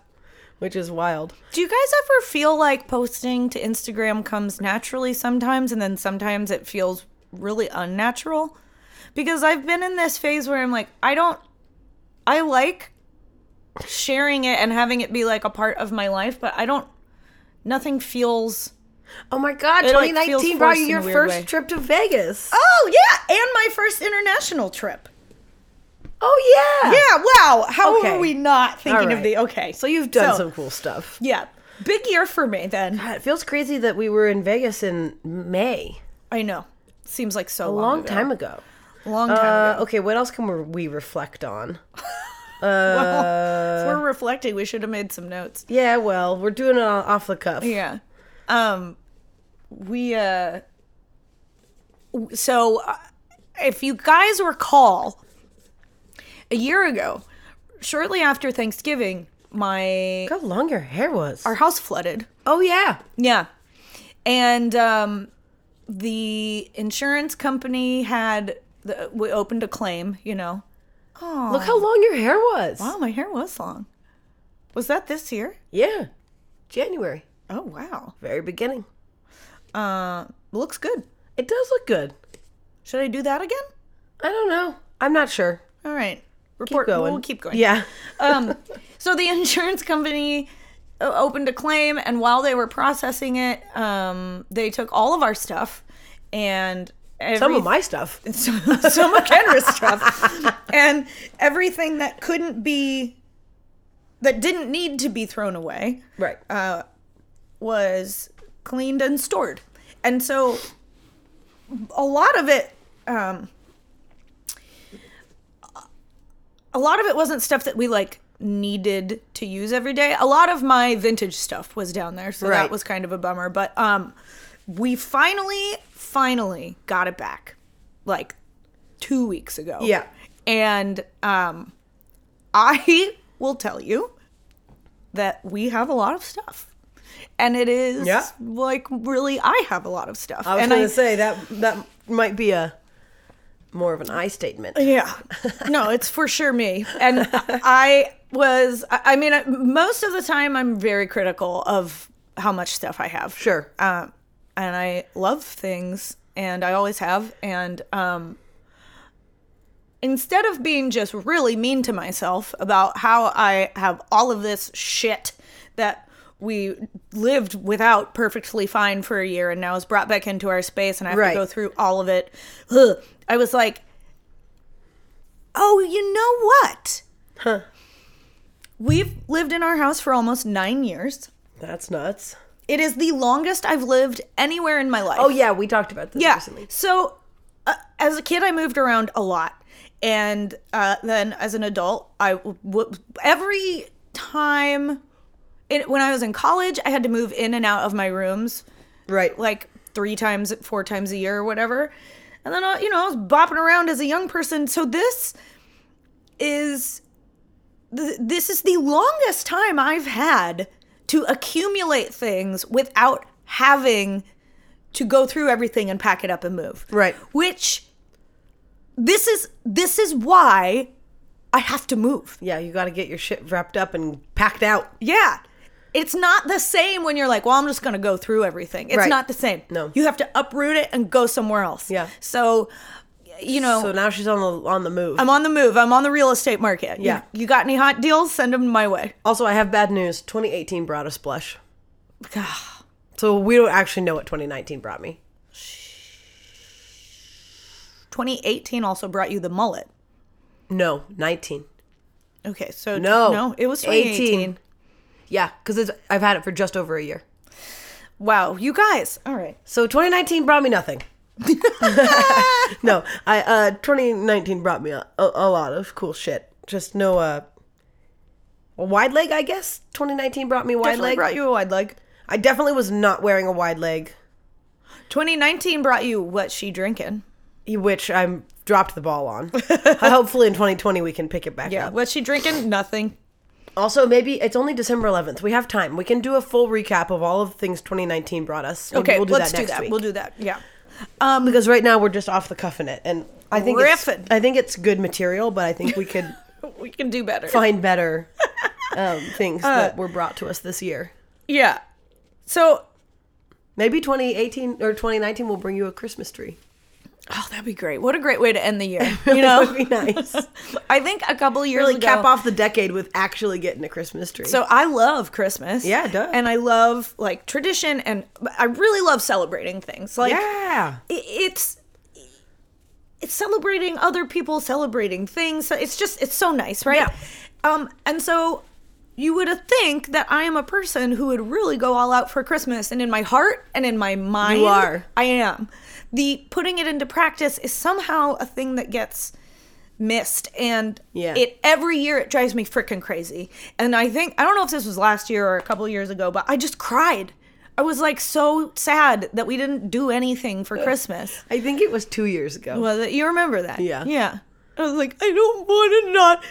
Speaker 2: which is wild.
Speaker 1: Do you guys ever feel like posting to Instagram comes naturally sometimes and then sometimes it feels really unnatural? Because I've been in this phase where I'm like, I don't, I like sharing it and having it be like a part of my life, but I don't, nothing feels.
Speaker 2: Oh my God,
Speaker 1: It, like,
Speaker 2: 2019
Speaker 1: feels
Speaker 2: brought
Speaker 1: forced
Speaker 2: you
Speaker 1: in
Speaker 2: your
Speaker 1: a weird
Speaker 2: first
Speaker 1: way.
Speaker 2: trip to Vegas.
Speaker 1: Oh, yeah. And my first international trip.
Speaker 2: Oh yeah,
Speaker 1: Yeah. Wow. How
Speaker 2: Okay.
Speaker 1: are we not thinking
Speaker 2: right.
Speaker 1: of the, okay.
Speaker 2: So you've done
Speaker 1: So-
Speaker 2: some cool stuff.
Speaker 1: yeah. Big year for me then.
Speaker 2: God, it feels crazy that we were in Vegas in May,
Speaker 1: I know. Seems like
Speaker 2: a
Speaker 1: so long.
Speaker 2: long
Speaker 1: ago.
Speaker 2: time ago.
Speaker 1: Long time ago.
Speaker 2: Uh, okay, what else can we- we reflect on?
Speaker 1: Well, if we're reflecting, we should have made some notes.
Speaker 2: Yeah, well, we're doing it all off the cuff.
Speaker 1: Yeah. Um, we, uh, w- so uh, if you guys recall, a year ago, shortly after Thanksgiving, my,
Speaker 2: Look how long your hair was.
Speaker 1: our house flooded.
Speaker 2: oh, yeah.
Speaker 1: Yeah. And um, the insurance company had, the, we opened a claim, you know. Oh,
Speaker 2: Look how long your hair was.
Speaker 1: wow, my hair was long. Was that this year?
Speaker 2: Yeah. January,
Speaker 1: Oh, wow.
Speaker 2: very beginning.
Speaker 1: Uh, looks good.
Speaker 2: It does look good.
Speaker 1: Should I do that again?
Speaker 2: I don't know. I'm not sure.
Speaker 1: All right.
Speaker 2: Keep
Speaker 1: Report.
Speaker 2: going.
Speaker 1: We'll keep going. <laughs>
Speaker 2: Yeah.
Speaker 1: Um, so the <laughs> insurance company uh, opened a claim, and while they were processing it, um, they took all of our stuff and every,
Speaker 2: Some of my stuff.
Speaker 1: some, <laughs> some of Kendra's stuff, <laughs> and everything that couldn't be, that didn't need to be thrown away,
Speaker 2: Right. Uh,
Speaker 1: was cleaned and stored. And so a lot of it um a lot of it wasn't stuff that we like needed to use every day. A lot of my vintage stuff was down there, so
Speaker 2: Right.
Speaker 1: that was kind of a bummer, but um we finally finally got it back like 2 weeks ago.
Speaker 2: Yeah.
Speaker 1: And um I <laughs> will tell you that we have a lot of stuff. And it is
Speaker 2: Yeah.
Speaker 1: like really I have a lot of stuff.
Speaker 2: I was
Speaker 1: and
Speaker 2: going to say that that might be a more of an I statement.
Speaker 1: <laughs> Yeah. No, it's for sure me.
Speaker 2: <laughs>
Speaker 1: And I was, I I mean, I- most of the time I'm very critical of how much stuff I have.
Speaker 2: Sure. Uh,
Speaker 1: Um, and I love things and I always have. And um, instead of being just really mean to myself about how I have all of this shit that we lived without perfectly fine for a year and now is brought back into our space and I have
Speaker 2: Right.
Speaker 1: to go through all of it, ugh, I was like, oh, you know what? We've lived in our house for almost nine years.
Speaker 2: That's nuts.
Speaker 1: It is the longest I've lived anywhere in my life.
Speaker 2: Oh yeah, we talked about this
Speaker 1: yeah.
Speaker 2: recently.
Speaker 1: So, uh, as a kid, I moved around a lot, and uh, then as an adult, I w- w- every time it, when I was in college, I had to move in and out of my rooms
Speaker 2: Right.
Speaker 1: like three times, four times a year or whatever. And then, I, you know, I was bopping around as a young person. So this is th- this is the longest time I've had to accumulate things without having to go through everything and pack it up and move.
Speaker 2: Right.
Speaker 1: Which this is this is why I have to move.
Speaker 2: yeah, you got to get your shit wrapped up and packed out.
Speaker 1: Yeah. It's not the same when you're like, well, I'm just going to go through everything. It's
Speaker 2: Right.
Speaker 1: not the same.
Speaker 2: No.
Speaker 1: You have to uproot it and go somewhere else.
Speaker 2: Yeah.
Speaker 1: So, you know,
Speaker 2: So now she's on the on the move.
Speaker 1: I'm on the move. I'm on the real estate market. You-
Speaker 2: Yeah.
Speaker 1: You, got any hot deals? Send them my way.
Speaker 2: also, I have bad news. 2018 brought us blush. So we don't actually know what 2019 brought me.
Speaker 1: 2018 also brought you the mullet.
Speaker 2: No, 19.
Speaker 1: Okay. So,
Speaker 2: No.
Speaker 1: No, it was 2018.
Speaker 2: 18. Yeah, because I've had it for just over a year.
Speaker 1: Wow. You guys. All right.
Speaker 2: So 2019 brought me
Speaker 1: <laughs>
Speaker 2: nothing. no, I uh 2019 brought me a, a, a lot of cool shit. Just no uh a wide leg, I guess. 2019 brought me a wide
Speaker 1: Definitely
Speaker 2: leg.
Speaker 1: brought you a wide leg.
Speaker 2: I definitely was not wearing a wide leg,
Speaker 1: 2019 brought you what she drinking.
Speaker 2: which I'm dropped the ball <laughs> on. I- Hopefully in 2020 we can pick it back
Speaker 1: Yeah.
Speaker 2: up.
Speaker 1: What she drinking? Nothing.
Speaker 2: Also, maybe it's only December 11th. We have time. We can do a full recap of all of the things 2019 brought us. Maybe
Speaker 1: Okay.
Speaker 2: we'll do
Speaker 1: let's
Speaker 2: that
Speaker 1: do
Speaker 2: next
Speaker 1: that.
Speaker 2: week. Um,
Speaker 1: We'll do that. Yeah.
Speaker 2: because right now we're just off the cuff in it, and I think it's,
Speaker 1: Riffing.
Speaker 2: I think it's good material, but I think we <laughs> could.
Speaker 1: We can do better.
Speaker 2: find better um, things that were brought to us this year.
Speaker 1: Yeah. So,
Speaker 2: Maybe 2018 or 2019 will bring you a Christmas <laughs> tree.
Speaker 1: oh, that'd be great. What a great way to end
Speaker 2: <laughs>
Speaker 1: the year. You know,
Speaker 2: That'd be <laughs> nice.
Speaker 1: I think a couple of years
Speaker 2: really
Speaker 1: ago.
Speaker 2: cap off the decade with actually getting a Christmas tree.
Speaker 1: so I love Christmas.
Speaker 2: Yeah, duh.
Speaker 1: And I love like tradition, and I really love celebrating things. Like
Speaker 2: yeah,
Speaker 1: i- it's it's celebrating other people celebrating things. So It's just it's so nice, right?
Speaker 2: Yeah.
Speaker 1: Um, and so you would think that I am a person who would really go all out for Christmas, and in my heart and in my mind,
Speaker 2: You are.
Speaker 1: I am. The putting it into practice is somehow a thing that gets missed and
Speaker 2: Yeah.
Speaker 1: it every year it drives me freaking crazy and i think i don't know if this was last year or a couple years ago but i just cried i was like so sad that we didn't do anything for christmas
Speaker 2: I think it was two years ago.
Speaker 1: was it you remember that
Speaker 2: Yeah.
Speaker 1: yeah i was like i don't want to not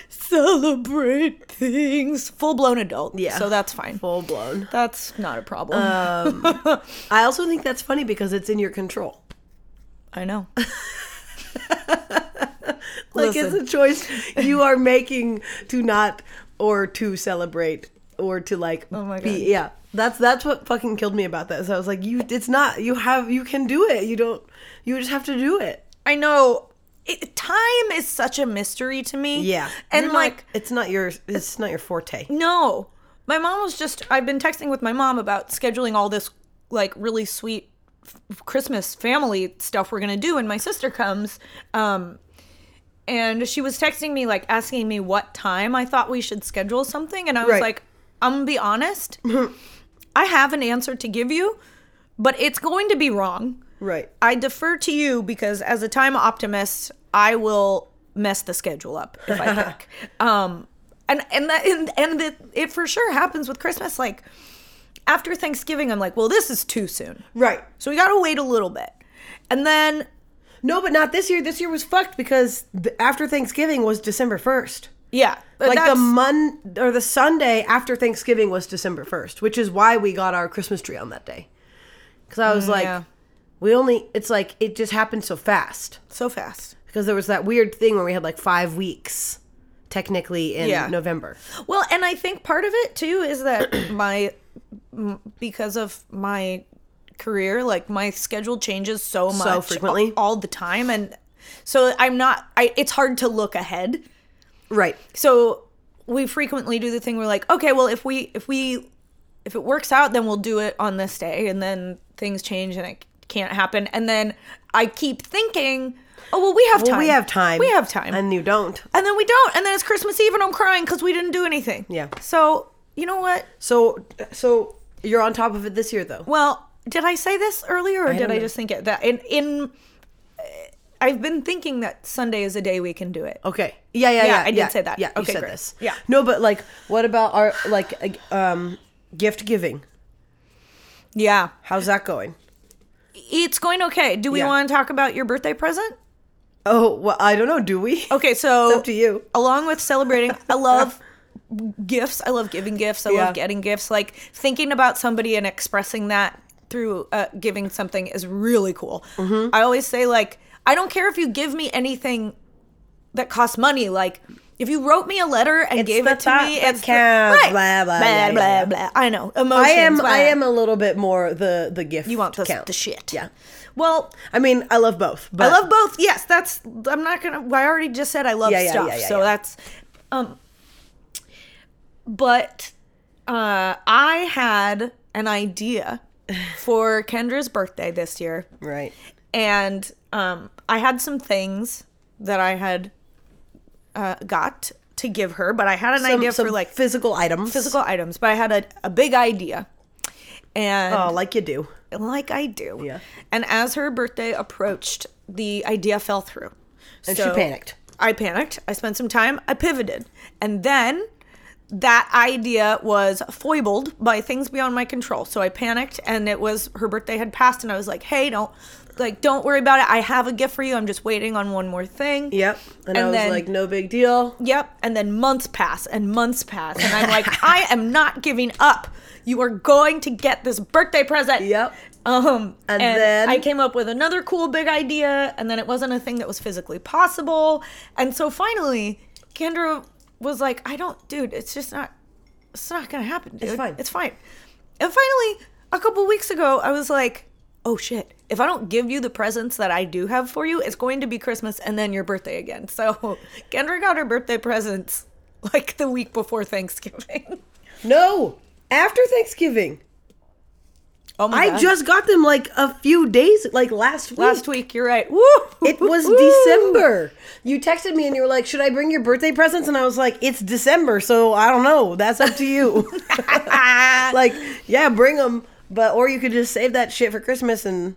Speaker 1: celebrate things full-blown adult
Speaker 2: Yeah.
Speaker 1: so that's fine
Speaker 2: Full blown.
Speaker 1: that's not a problem
Speaker 2: I also think that's funny because it's in your control.
Speaker 1: i know
Speaker 2: Like
Speaker 1: Listen.
Speaker 2: it's a <laughs> choice you are making to not or to celebrate or to like oh
Speaker 1: my God.
Speaker 2: be yeah. That's that's what fucking killed me about this. I was like, you it's not you have you can do it. You don't you just have to do it.
Speaker 1: <laughs> i know it, time is such a mystery to me and
Speaker 2: You're not-
Speaker 1: like
Speaker 2: it's not your it's not your forte.
Speaker 1: No. My mom was just I've been texting with my mom about scheduling all this like really sweet f- Christmas family stuff we're gonna do, and my sister comes. Um, and she was texting me like asking me what time I thought we should schedule something, and I was
Speaker 2: Right.
Speaker 1: like, "I'm gonna be honest, I have an answer to give you, but it's going to be wrong."
Speaker 2: Right.
Speaker 1: I defer to you because as a time optimist, I will mess the schedule up if I
Speaker 2: <laughs>
Speaker 1: pick. um, and and that and, and that it for sure happens with Christmas. Like after Thanksgiving, I'm like, well, this is too soon,
Speaker 2: Right.
Speaker 1: so we gotta wait a little bit, and then
Speaker 2: No, but not this year. This year was fucked because the, after Thanksgiving was December 1st.
Speaker 1: yeah, but
Speaker 2: Like the
Speaker 1: that's-
Speaker 2: Mon or the Sunday after Thanksgiving was December 1st, which is why we got our Christmas tree on that day. Cuz I was like
Speaker 1: Mm, yeah.
Speaker 2: we only it's like it just happened so fast
Speaker 1: so fast.
Speaker 2: because there was that weird thing where we had like 5 weeks technically in
Speaker 1: Yeah.
Speaker 2: November.
Speaker 1: Well, and I think part of it too is that <clears throat> my m- because of my career, like my schedule changes so much
Speaker 2: frequently.
Speaker 1: all, all the time and so I'm not I it's hard to look ahead.
Speaker 2: Right.
Speaker 1: So we frequently do the thing we're like, okay, well if we if we if it works out then we'll do it on this day and then things change and it can't happen and then I keep thinking, oh well we have time.
Speaker 2: We have time.
Speaker 1: We have time.
Speaker 2: And you don't.
Speaker 1: And then we don't. And then it's Christmas Eve and I'm crying because we didn't do anything.
Speaker 2: Yeah.
Speaker 1: So, you know what?
Speaker 2: So so you're on top of it this year though.
Speaker 1: Well, did I say this earlier or did
Speaker 2: don't
Speaker 1: I
Speaker 2: know.
Speaker 1: just think it? That in, in, eh, I've been thinking that Sunday is a day we can do it.
Speaker 2: Okay. Yeah, yeah, yeah.
Speaker 1: I did
Speaker 2: yeah,
Speaker 1: say that.
Speaker 2: Yeah, you
Speaker 1: Okay,
Speaker 2: said
Speaker 1: great.
Speaker 2: this.
Speaker 1: Yeah.
Speaker 2: No, but like, what about our like ag- um gift giving?
Speaker 1: Yeah.
Speaker 2: How's that going?
Speaker 1: It's going okay. Do we
Speaker 2: Yeah.
Speaker 1: want to talk about your birthday present?
Speaker 2: Oh, well, I don't know. Do we?
Speaker 1: <laughs> Okay, so
Speaker 2: up to you.
Speaker 1: Along with celebrating,
Speaker 2: <laughs>
Speaker 1: I love gifts. I love giving gifts. I
Speaker 2: Yeah.
Speaker 1: love getting gifts. Like thinking about somebody and expressing that through uh, giving something is really cool.
Speaker 2: Mm-hmm.
Speaker 1: I always say like, I don't care if you give me anything that costs money. Like if you wrote me a letter and gave
Speaker 2: the
Speaker 1: it to
Speaker 2: thought
Speaker 1: me,
Speaker 2: that
Speaker 1: it's the-
Speaker 2: counts,
Speaker 1: right.
Speaker 2: blah, blah,
Speaker 1: blah
Speaker 2: yeah, yeah,
Speaker 1: blah,
Speaker 2: yeah.
Speaker 1: blah. I know emotions.
Speaker 2: I am.
Speaker 1: blah.
Speaker 2: I am a little bit more the the gift.
Speaker 1: You want the,
Speaker 2: count.
Speaker 1: the shit?
Speaker 2: Yeah.
Speaker 1: Well,
Speaker 2: I mean, I love both. But
Speaker 1: I love both. Yes, that's. I'm not gonna. well, I already just said I love
Speaker 2: Yeah, yeah,
Speaker 1: stuff,
Speaker 2: yeah, yeah,
Speaker 1: so
Speaker 2: yeah.
Speaker 1: that's. Um. But, uh, I had an idea for Kendra's birthday this year,
Speaker 2: Right.
Speaker 1: and um, I had some things that I had uh, got to give her, but I had an
Speaker 2: Some,
Speaker 1: idea
Speaker 2: some
Speaker 1: for like
Speaker 2: physical items.
Speaker 1: physical items. But I had a, a big idea, and
Speaker 2: Oh, like you do.
Speaker 1: like I do.
Speaker 2: Yeah.
Speaker 1: And as her birthday approached, the idea fell through.
Speaker 2: And she panicked.
Speaker 1: I panicked. I spent some time. I pivoted. And then that idea was foibled by things beyond my control. So I panicked and it was her birthday had passed and I was like, "Hey, don't like don't worry about it. I have a gift for you. I'm just waiting on one more thing."
Speaker 2: Yep. And, I
Speaker 1: And
Speaker 2: was
Speaker 1: then-
Speaker 2: like, no big deal.
Speaker 1: Yep. And then months pass and months pass. And I'm like, I am not giving up. You are going to get this birthday present.
Speaker 2: Yep.
Speaker 1: Um, and,
Speaker 2: And then-
Speaker 1: I came up with another cool big idea, and then it wasn't a thing that was physically possible. And so finally, Kendra was like, I don't, dude, it's just not, it's not gonna happen, dude. It's
Speaker 2: fine.
Speaker 1: It's fine. And finally, a couple weeks ago, I was like, oh shit, if I don't give you the presents that I do have for you, it's going to be Christmas and then your birthday
Speaker 2: <laughs>
Speaker 1: again. So Kendra got her birthday presents like the week
Speaker 2: <laughs>
Speaker 1: before Thanksgiving.
Speaker 2: No. After Thanksgiving,
Speaker 1: Oh my
Speaker 2: I just got them like a few days, like last week.
Speaker 1: Last week, you're right. Woo! <laughs>
Speaker 2: It was December. You texted me and you were like, "Should I bring your birthday presents?" And I was like, "It's December, so I don't know. That's up to you."
Speaker 1: <laughs>
Speaker 2: <laughs> like, yeah, bring them, but or you could just save that shit for Christmas and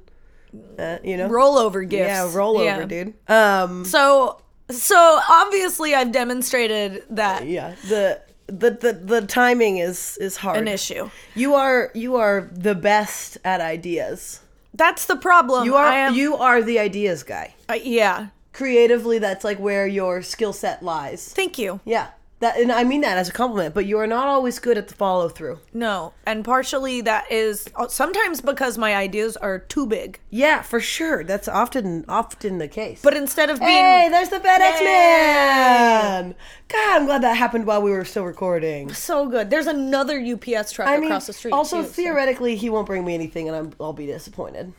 Speaker 2: uh, you know,
Speaker 1: rollover gifts.
Speaker 2: yeah, roll over, dude. Um,
Speaker 1: So so obviously I've demonstrated that
Speaker 2: yeah, the the the, the timing is is hard.
Speaker 1: an issue.
Speaker 2: You are you are the best at ideas.
Speaker 1: That's the problem.
Speaker 2: You are
Speaker 1: I am,
Speaker 2: you are the ideas guy.
Speaker 1: uh, yeah.
Speaker 2: Creatively, that's like where your skill set lies.
Speaker 1: Thank you.
Speaker 2: Yeah. That, and I mean that as a compliment, but you are not always good at the follow through.
Speaker 1: No, and partially that is uh, sometimes because my ideas are too big.
Speaker 2: Yeah, for sure. That's often often the case.
Speaker 1: But instead of being
Speaker 2: hey, there's the FedEx
Speaker 1: Yay!
Speaker 2: man. God, I'm glad that happened while we were still recording.
Speaker 1: so good, there's another UPS truck
Speaker 2: I mean,
Speaker 1: across the street.
Speaker 2: also
Speaker 1: too, so-
Speaker 2: theoretically, he won't bring me anything, and I'm, I'll be disappointed.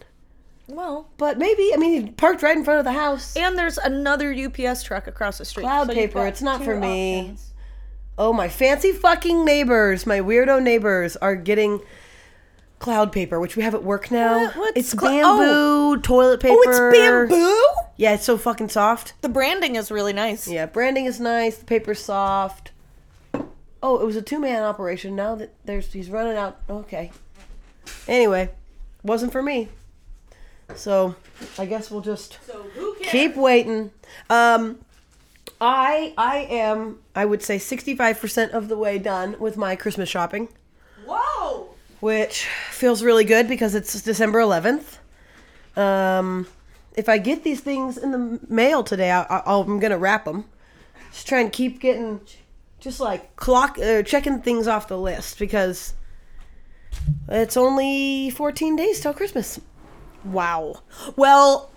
Speaker 1: well,
Speaker 2: But maybe I mean, he parked right in front of the house.
Speaker 1: and there's another UPS truck across the street.
Speaker 2: Cloud
Speaker 1: So you've
Speaker 2: paper.
Speaker 1: got
Speaker 2: It's not
Speaker 1: two
Speaker 2: for me.
Speaker 1: options.
Speaker 2: Oh, my fancy fucking neighbors, my weirdo neighbors, are getting cloud paper, which we have at work now.
Speaker 1: What- what's
Speaker 2: it's
Speaker 1: cla-
Speaker 2: bamboo toilet paper.
Speaker 1: Oh, it's bamboo.
Speaker 2: Yeah, it's so fucking soft.
Speaker 1: The branding is really nice.
Speaker 2: Yeah, branding is nice. The paper's soft. Oh, it was a two-man operation. Now that there's, he's running out. Okay. Anyway, wasn't for me. So I guess we'll just keep waiting. Um, I I am I would say sixty-five percent of the way done with my Christmas shopping.
Speaker 1: Whoa.
Speaker 2: which feels really good because it's December 11th. Um, if I get these things in the mail today, I, I, I'm gonna wrap them. Just try and keep getting, just like clock uh, checking things off the list because it's only 14 days till Christmas.
Speaker 1: Wow. Well,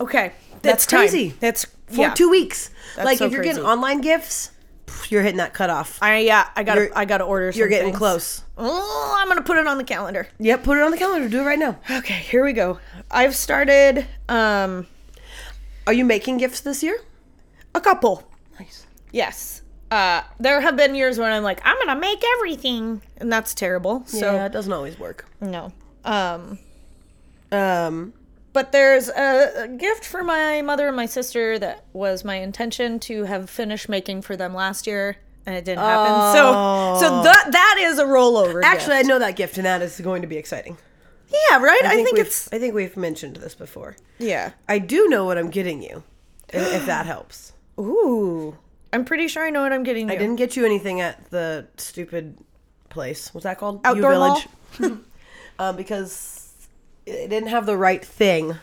Speaker 1: okay.
Speaker 2: That's
Speaker 1: time.
Speaker 2: crazy.
Speaker 1: That's
Speaker 2: For
Speaker 1: yeah.
Speaker 2: two weeks.
Speaker 1: That's
Speaker 2: like
Speaker 1: so
Speaker 2: if you're getting
Speaker 1: crazy.
Speaker 2: online gifts, pff, you're hitting that cutoff.
Speaker 1: I yeah. I got. to
Speaker 2: You're-
Speaker 1: I got to order. Some
Speaker 2: you're getting
Speaker 1: things.
Speaker 2: close.
Speaker 1: Oh, I'm gonna put it on the calendar.
Speaker 2: Yep, put it on the calendar. Do it right now.
Speaker 1: Okay, here we go. I've started um
Speaker 2: Are you making gifts this year?
Speaker 1: a couple.
Speaker 2: Nice.
Speaker 1: Yes. Uh, there have been years when I'm like, I'm gonna make everything, and that's terrible. So
Speaker 2: yeah, it doesn't always work.
Speaker 1: no. Um,
Speaker 2: Um,
Speaker 1: but there's a, a gift for my mother and my sister that was my intention to have finished making for them last year, and it didn't happen. So, so that that is a rollover. gift.
Speaker 2: Actually, I know that gift, and that is going to be exciting.
Speaker 1: yeah, right. I, think,
Speaker 2: we've-
Speaker 1: it's
Speaker 2: I think we've mentioned this before.
Speaker 1: yeah.
Speaker 2: I do know what I'm getting you, if, if
Speaker 1: <gasps>
Speaker 2: that helps.
Speaker 1: Ooh, I'm pretty sure I know what I'm getting.
Speaker 2: I
Speaker 1: you.
Speaker 2: didn't get you anything at the stupid place. What's that called?
Speaker 1: Outdoor
Speaker 2: <laughs> um, because it didn't have the right thing.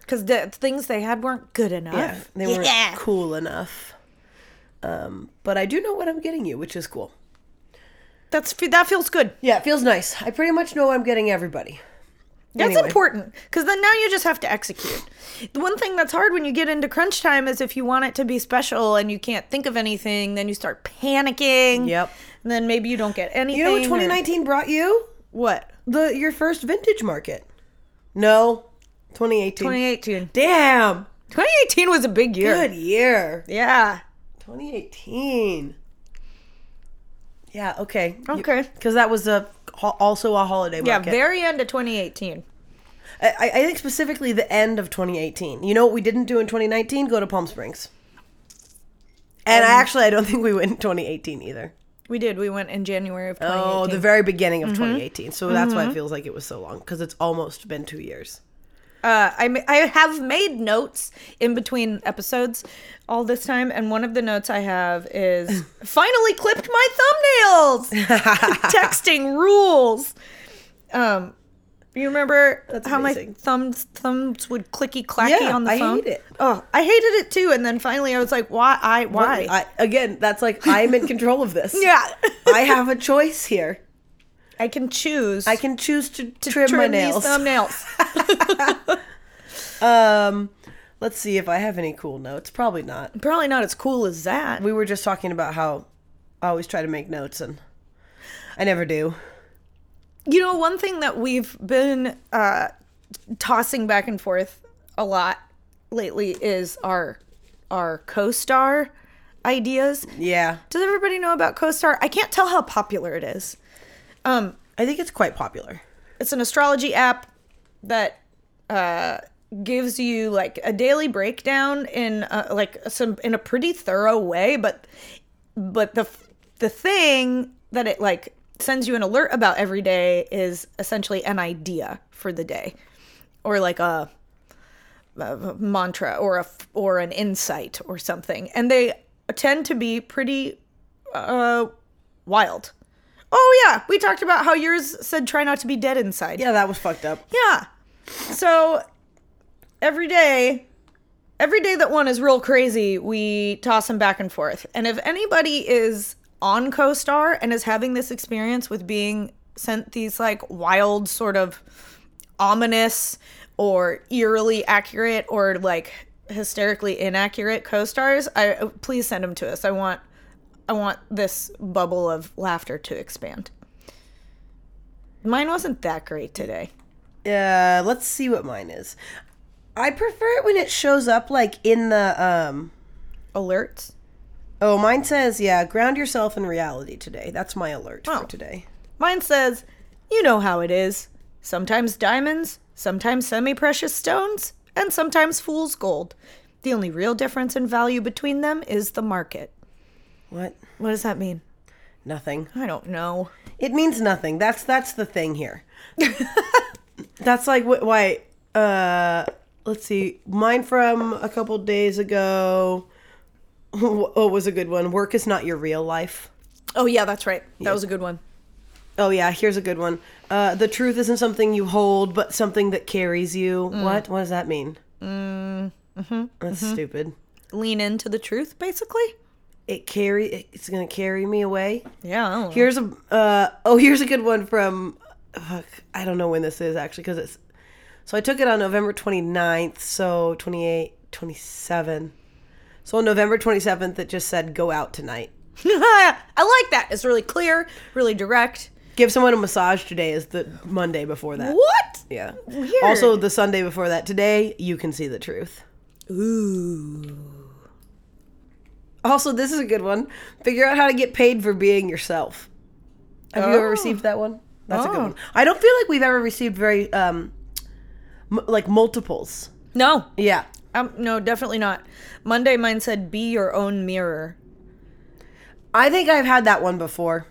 Speaker 1: because the things they had weren't good enough.
Speaker 2: Yeah, they weren't
Speaker 1: Yeah.
Speaker 2: cool enough. Um, but I do know what I'm getting you, which is cool.
Speaker 1: That's that feels good.
Speaker 2: Yeah, it feels nice. I pretty much know what I'm getting everybody.
Speaker 1: That's
Speaker 2: Anyway.
Speaker 1: important because then now you just have to execute. The one thing that's hard when you get into crunch time is if you want it to be special and you can't think of anything, then you start panicking.
Speaker 2: Yep.
Speaker 1: And then maybe you don't get anything.
Speaker 2: You know what
Speaker 1: or-
Speaker 2: 2019 brought you?
Speaker 1: What?
Speaker 2: The your first vintage market. No, 2018.
Speaker 1: 2018.
Speaker 2: Damn.
Speaker 1: 2018 was a big year.
Speaker 2: Good year.
Speaker 1: Yeah.
Speaker 2: 2018. Yeah, okay.
Speaker 1: Okay.
Speaker 2: Because that was a ho- also a holiday
Speaker 1: Yeah,
Speaker 2: market.
Speaker 1: very end of 2018.
Speaker 2: I, I I think specifically the end of 2018. You know what we didn't do in 2019? Go to Palm Springs. And
Speaker 1: Um,
Speaker 2: I actually, I don't think we went in 2018 either.
Speaker 1: We did. We went in January of 2018.
Speaker 2: Oh, the very beginning
Speaker 1: Mm-hmm.
Speaker 2: of 2018. So that's why it feels like it was so long because it's almost been two years.
Speaker 1: uh, I, ma- I have made notes in between episodes all this time, and one of the notes I have
Speaker 2: <laughs>
Speaker 1: is finally clipped my thumbnails. Texting rules. Um, you remember how
Speaker 2: amazing.
Speaker 1: my thumbs thumbs would clicky clacky
Speaker 2: Yeah,
Speaker 1: on the
Speaker 2: I
Speaker 1: phone?
Speaker 2: hate it.
Speaker 1: Oh, I hated it too. And then finally, I was like, why? I why?
Speaker 2: I, again, that's like I'm in control of this. <laughs>
Speaker 1: <laughs> yeah,
Speaker 2: I have a choice here.
Speaker 1: I can choose.
Speaker 2: I can choose to, trim, my
Speaker 1: trim
Speaker 2: nails.
Speaker 1: these thumbnails.
Speaker 2: <laughs> Um, let's see if I have any cool notes. Probably not.
Speaker 1: Probably not as cool as that.
Speaker 2: We were just talking about how I always try to make notes and I never do.
Speaker 1: You know, one thing that we've been uh, tossing back and forth a lot lately is our our co-star ideas.
Speaker 2: Yeah.
Speaker 1: Does everybody know about co-star? I can't tell how popular it is. Um,
Speaker 2: I think it's quite popular.
Speaker 1: it's an astrology app that uh, gives you like a daily breakdown in uh, like some in a pretty thorough way but but the the thing that it like sends you an alert about every day is essentially an idea for the day or like a, a mantra or a f- or an insight or something and they tend to be pretty uh wild oh yeah we talked about how yours said try not to be dead inside
Speaker 2: Yeah, that was fucked up.
Speaker 1: yeah. So every day, every day that one is real crazy, we toss them back and forth. And if anybody is on CoStar and is having this experience with being sent these like wild, sort of ominous or eerily accurate or like hysterically inaccurate co-stars, I please send them to us. I want I want this bubble of laughter to expand. Mine wasn't that great today.
Speaker 2: Uh, let's see what mine is. I prefer it when it shows up like in the um
Speaker 1: alerts.
Speaker 2: Oh, mine says, yeah, ground yourself in reality today. That's my alert
Speaker 1: Oh.
Speaker 2: for today.
Speaker 1: Mine says, you know how it is. sometimes diamonds, sometimes semi precious stones, and sometimes fool's gold. The only real difference in value between them is the market.
Speaker 2: What?
Speaker 1: What does that mean?
Speaker 2: Nothing.
Speaker 1: I don't know.
Speaker 2: It means nothing. That's that's the thing here. <laughs> that's like wh- why. Uh, let's see. Mine from a couple days ago. <laughs> What was a good one? Work is not your real life.
Speaker 1: Oh, yeah, that's right. That was a good one.
Speaker 2: Oh yeah, here's a good one. Uh, the truth isn't something you hold, but something that carries you. What? What does that mean? Mm, mm-hmm, That's stupid.
Speaker 1: Lean into the truth, basically.
Speaker 2: It carry. It's gonna carry me away.
Speaker 1: Yeah. I don't know. <laughs>
Speaker 2: Here's a uh, oh, <laughs> here's a good one from fuck, I don't know when this is actually because it's so I took it on November 29th, so 28, 27. So on November 27th, it just said go out tonight.
Speaker 1: I like that. It's really clear, really direct.
Speaker 2: Give someone a massage today is the Monday before that.
Speaker 1: What?
Speaker 2: Yeah.
Speaker 1: Weird.
Speaker 2: Also the Sunday before that. Today you can see the truth.
Speaker 1: Ooh.
Speaker 2: Also, this is a good one. Figure out how to get paid for being yourself. Have you ever
Speaker 1: Oh.
Speaker 2: received that one? That's a good
Speaker 1: Oh.
Speaker 2: one. I don't feel like we've ever received very um m- like multiples.
Speaker 1: No.
Speaker 2: Yeah.
Speaker 1: Um, no, definitely not. Monday mine said be your own mirror.
Speaker 2: I think I've had that one before.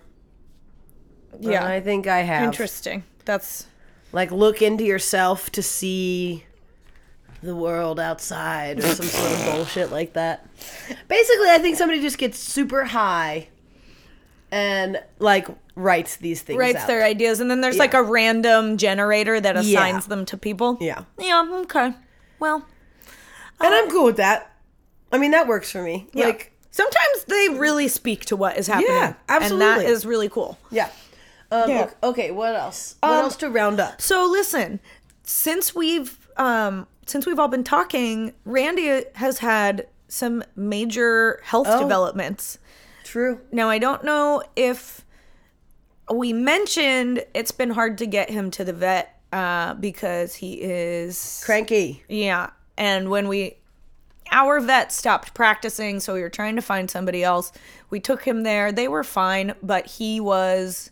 Speaker 1: Yeah.
Speaker 2: I think I have.
Speaker 1: Uh, Interesting. That's
Speaker 2: Like look into yourself to see the world outside or some sort of bullshit like that. Basically, I think somebody just gets super high and like writes these things
Speaker 1: writes
Speaker 2: out.
Speaker 1: their ideas and then there's like a random generator that assigns them to people.
Speaker 2: Yeah.
Speaker 1: Yeah, okay. Well,
Speaker 2: And I'm cool with that. I mean, that works for me.
Speaker 1: yeah.
Speaker 2: Like
Speaker 1: sometimes they really speak to what is happening.
Speaker 2: Yeah,
Speaker 1: And
Speaker 2: absolutely.
Speaker 1: that is really cool.
Speaker 2: yeah. Um,
Speaker 1: Yeah.
Speaker 2: Okay, okay, what else? What else to round up?
Speaker 1: So listen, since we've um since we've all been talking, Randy has had some major health developments.
Speaker 2: True.
Speaker 1: Now, I don't know if we mentioned it's been hard to get him to the vet uh, because he is.
Speaker 2: Cranky.
Speaker 1: Yeah. And when we. Our vet stopped practicing, so we were trying to find somebody else. We took him there. They were fine, but he was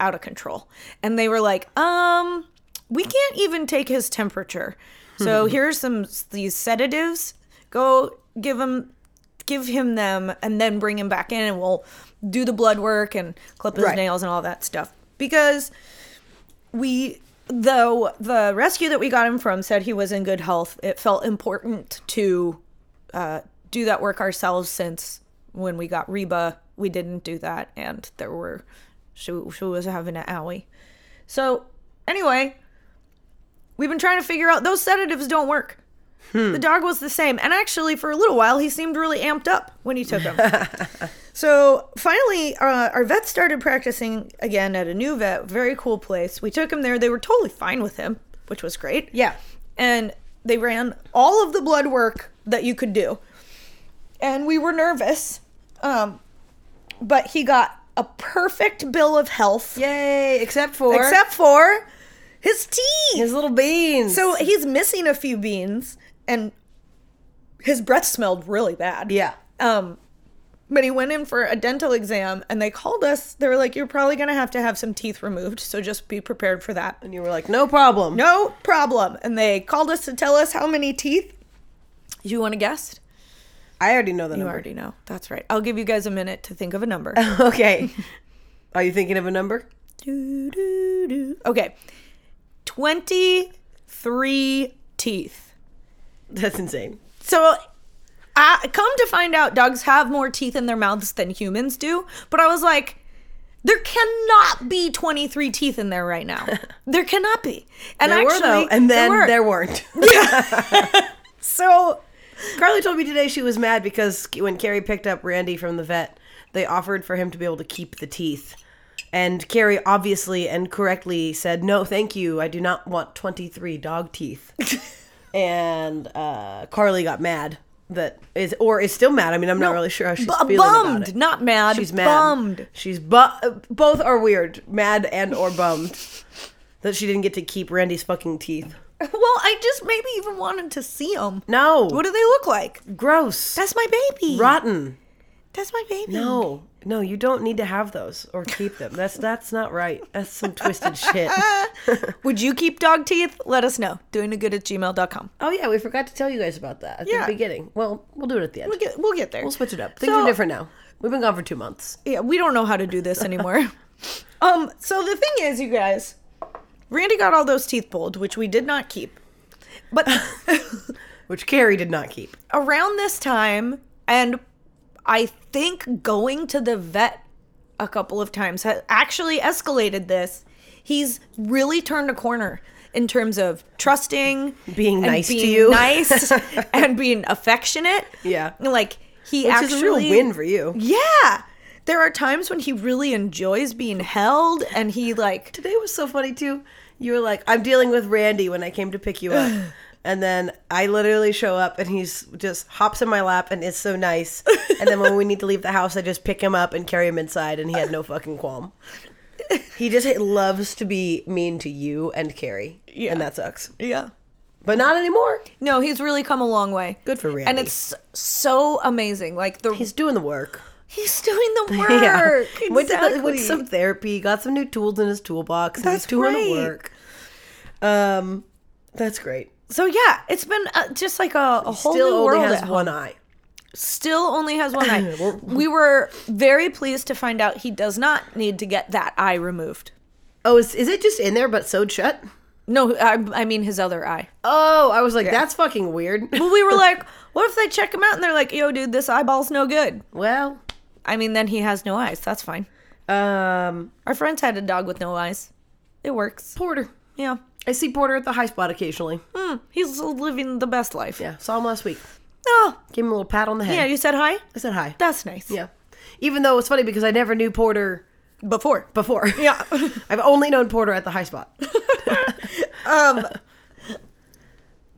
Speaker 1: out of control. And they were like, um, we can't even take his temperature. So here's some these sedatives. Go give him give him them and then bring him back in and we'll do the blood work and clip his
Speaker 2: Right.
Speaker 1: nails and all that stuff. Because we though the rescue that we got him from said he was in good health, it felt important to uh, do that work ourselves since when we got Reba, we didn't do that and there were she, she was having an owie. So anyway, we've been trying to figure out those sedatives don't work. The dog was the same. And actually, for a little while, he seemed really amped up when he took him. so finally, uh, our vet started practicing again at a new vet, very cool place. We took him there. They were totally fine with him, which was great.
Speaker 2: Yeah.
Speaker 1: And they ran all of the blood work that you could do. And we were nervous. Um, but he got a perfect bill of health,
Speaker 2: Yay, except for
Speaker 1: except for his teeth.
Speaker 2: his little beans.
Speaker 1: So he's missing a few beans, and his breath smelled really bad.
Speaker 2: yeah.
Speaker 1: Um, but he went in for a dental exam, and they called us. They were like, "You're probably gonna have to have some teeth removed, so just be prepared for that."
Speaker 2: And you were like, no problem.
Speaker 1: No problem. And they called us to tell us how many teeth. You want to guess?
Speaker 2: I already know the
Speaker 1: You
Speaker 2: number.
Speaker 1: already know. That's right. I'll give you guys a minute to think of a number.
Speaker 2: Uh. <laughs> Okay. Are you thinking of a number?
Speaker 1: Do, do, do. Okay, twenty-three teeth.
Speaker 2: That's insane.
Speaker 1: So, I come to find out dogs have more teeth in their mouths than humans do. But I was like, there cannot be 23 teeth in there
Speaker 2: <laughs>
Speaker 1: right now. there cannot be. And
Speaker 2: There
Speaker 1: actually,
Speaker 2: were though, and then
Speaker 1: were.
Speaker 2: there weren't.
Speaker 1: so
Speaker 2: Carly told me today she was mad because when Carrie picked up Randy from the vet, they offered for him to be able to keep the teeth. And Carrie obviously and correctly said, "No, thank you. I do not want 23 dog
Speaker 1: <laughs>
Speaker 2: teeth." and uh, Carly got mad that is or is still mad. I mean, I'm not really sure how she's
Speaker 1: bu-
Speaker 2: feeling about it.
Speaker 1: bummed, not mad.
Speaker 2: She's mad.
Speaker 1: Bummed. <laughs>
Speaker 2: She's bu- uh, both are weird, mad and or bummed that she didn't get to keep Randy's fucking teeth.
Speaker 1: Well, I just maybe even wanted to see them.
Speaker 2: No,
Speaker 1: What do they look like?
Speaker 2: gross,
Speaker 1: That's my baby.
Speaker 2: rotten.
Speaker 1: That's my baby.
Speaker 2: No, no, you don't need to have those or keep them. That's that's not right. That's some twisted shit.
Speaker 1: Uh, Would you keep dog teeth? Let us know. Doingitgood at gmail.com.
Speaker 2: <laughs> Oh yeah, we forgot to tell you guys about that at
Speaker 1: Yeah.
Speaker 2: the beginning. Well, we'll do it at the end.
Speaker 1: We'll get, we'll get there.
Speaker 2: We'll switch it up. Things
Speaker 1: So-
Speaker 2: are different now. We've been gone for two months.
Speaker 1: Yeah, we don't know how to do this
Speaker 2: <laughs>
Speaker 1: anymore. um, so the thing is, you guys, Randy got all those teeth pulled, which we did not keep.
Speaker 2: <laughs>
Speaker 1: But
Speaker 2: Which Carrie did not keep.
Speaker 1: around this time, and I think going to the vet a couple of times has actually escalated this. He's really turned a corner in terms of trusting,
Speaker 2: Being
Speaker 1: and
Speaker 2: nice to
Speaker 1: being
Speaker 2: you. <laughs>
Speaker 1: nice, and being affectionate.
Speaker 2: Yeah.
Speaker 1: like he
Speaker 2: Which
Speaker 1: actually
Speaker 2: is a real win for you.
Speaker 1: yeah. There are times when he really enjoys being held and he like
Speaker 2: Today was so funny too. You were like, I'm dealing with Randy when I came to pick you
Speaker 1: <sighs>
Speaker 2: up. And then I literally show up and he's just hops in my lap and is so nice. And then when we need to leave the house, I just pick him up and carry him inside and he had no fucking qualm. He just loves to be mean to you and Carrie.
Speaker 1: Yeah.
Speaker 2: And that sucks.
Speaker 1: Yeah.
Speaker 2: But not anymore.
Speaker 1: No, he's really come a long way.
Speaker 2: Good for
Speaker 1: And
Speaker 2: Randy.
Speaker 1: it's so amazing. Like the
Speaker 2: He's
Speaker 1: he's,
Speaker 2: doing the work.
Speaker 1: doing
Speaker 2: <laughs>
Speaker 1: the work. <laughs> Yeah.
Speaker 2: Went, to the, went to some therapy, got some new tools in his toolbox, and
Speaker 1: That's
Speaker 2: he's doing
Speaker 1: right.
Speaker 2: the work. Um, that's great.
Speaker 1: so yeah, it's been uh, just like a, a whole
Speaker 2: Still
Speaker 1: new
Speaker 2: only
Speaker 1: world.
Speaker 2: has
Speaker 1: at home. mm.
Speaker 2: one eye.
Speaker 1: Still only has one <clears throat> eye. we were very pleased to find out he does not need to get that eye removed.
Speaker 2: Oh, is, is it just in there but sewed shut?
Speaker 1: No, I, I mean his other eye.
Speaker 2: Oh, I was like, that's fucking weird. <laughs>
Speaker 1: But <laughs> we were like, what if they check him out and they're like, yo, dude, this eyeball's no good.
Speaker 2: well,
Speaker 1: I mean, then he has no eyes. That's fine.
Speaker 2: um,
Speaker 1: Our friends had a dog with no eyes. It works.
Speaker 2: Porter.
Speaker 1: Yeah.
Speaker 2: I see Porter at the high spot occasionally.
Speaker 1: Hmm. He's living the best life.
Speaker 2: Yeah, saw him last week.
Speaker 1: Oh,
Speaker 2: Gave him a little pat on the head.
Speaker 1: yeah. You said hi?
Speaker 2: I said hi.
Speaker 1: That's nice.
Speaker 2: yeah. Even though it's funny because I never knew Porter
Speaker 1: Before.
Speaker 2: before.
Speaker 1: <laughs> Yeah.
Speaker 2: <laughs> I've only known Porter at the high spot.
Speaker 1: Um,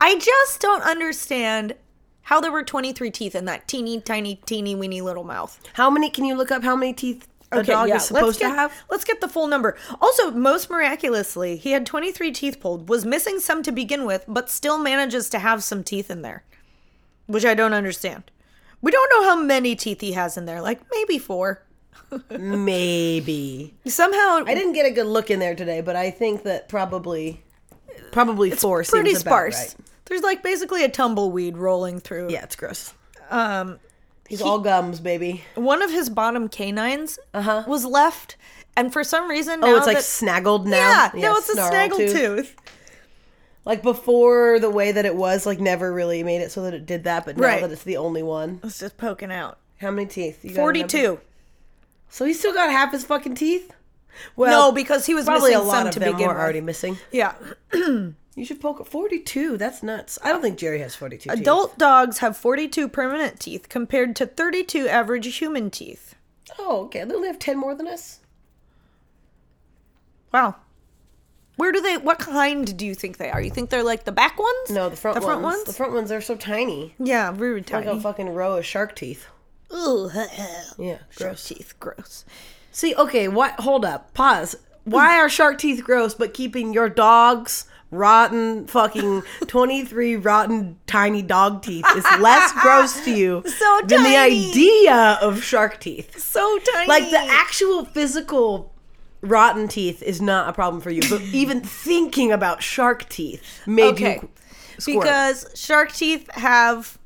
Speaker 1: I just don't understand how there were 23 teeth in that teeny, tiny, teeny, weeny little mouth.
Speaker 2: How many can you look up how many teeth a dog is
Speaker 1: let's
Speaker 2: supposed
Speaker 1: get,
Speaker 2: to
Speaker 1: <laughs>
Speaker 2: have?
Speaker 1: Let's get the full number. Also, most miraculously, he had 23 teeth pulled, was missing some to begin with, but still manages to have some teeth in there, which I don't understand. We don't know how many teeth he has in there, like maybe four.
Speaker 2: Maybe.
Speaker 1: Somehow,
Speaker 2: I didn't get a good look in there today, but I think that probably probably four
Speaker 1: pretty
Speaker 2: seems about
Speaker 1: sparse.
Speaker 2: right.
Speaker 1: There's like basically a tumbleweed rolling through.
Speaker 2: Yeah, it's gross.
Speaker 1: Um,
Speaker 2: He's all gums, baby.
Speaker 1: one of his bottom canines was left, and for some reason,
Speaker 2: Uh-huh. Oh,
Speaker 1: now
Speaker 2: it's like
Speaker 1: that-
Speaker 2: snaggled now.
Speaker 1: yeah, no, it's a
Speaker 2: snarl
Speaker 1: snaggle tooth.
Speaker 2: Like before, the way that it was, like never really made it so that it did that. But now
Speaker 1: Right.
Speaker 2: that it's the only one,
Speaker 1: It's just poking out.
Speaker 2: how many teeth? You got a number?
Speaker 1: Forty-two.
Speaker 2: So he still got half his fucking teeth. Well,
Speaker 1: No, because he was
Speaker 2: probably
Speaker 1: missing
Speaker 2: a lot
Speaker 1: some
Speaker 2: of
Speaker 1: to
Speaker 2: them
Speaker 1: begin
Speaker 2: were
Speaker 1: with.
Speaker 2: already missing.
Speaker 1: Yeah.
Speaker 2: You should poke at forty-two. That's nuts. I don't think Jerry has forty-two. teeth.
Speaker 1: Adult dogs have 42 permanent teeth compared to 32 average human teeth.
Speaker 2: Oh, okay. They only have ten more than us.
Speaker 1: Wow. Where do they what kind do you think they are? You think they're like the back ones?
Speaker 2: No, the front
Speaker 1: the front ones?
Speaker 2: The front ones are so tiny.
Speaker 1: yeah, very
Speaker 2: Like a
Speaker 1: tiny.
Speaker 2: fucking row of shark teeth.
Speaker 1: Ooh,
Speaker 2: Yeah,
Speaker 1: shark
Speaker 2: gross.
Speaker 1: <laughs> teeth, gross.
Speaker 2: See, okay, what? Hold up, pause. Why are shark teeth gross, but keeping your dog's rotten
Speaker 1: <laughs>
Speaker 2: fucking twenty-three rotten tiny dog teeth is less gross to you
Speaker 1: <laughs> So
Speaker 2: than the
Speaker 1: tiny.
Speaker 2: idea of shark teeth?
Speaker 1: So tiny.
Speaker 2: Like the actual physical rotten teeth is not a problem for you,
Speaker 1: <laughs>
Speaker 2: but even thinking about shark teeth made
Speaker 1: okay.
Speaker 2: you squirm.
Speaker 1: Because shark teeth have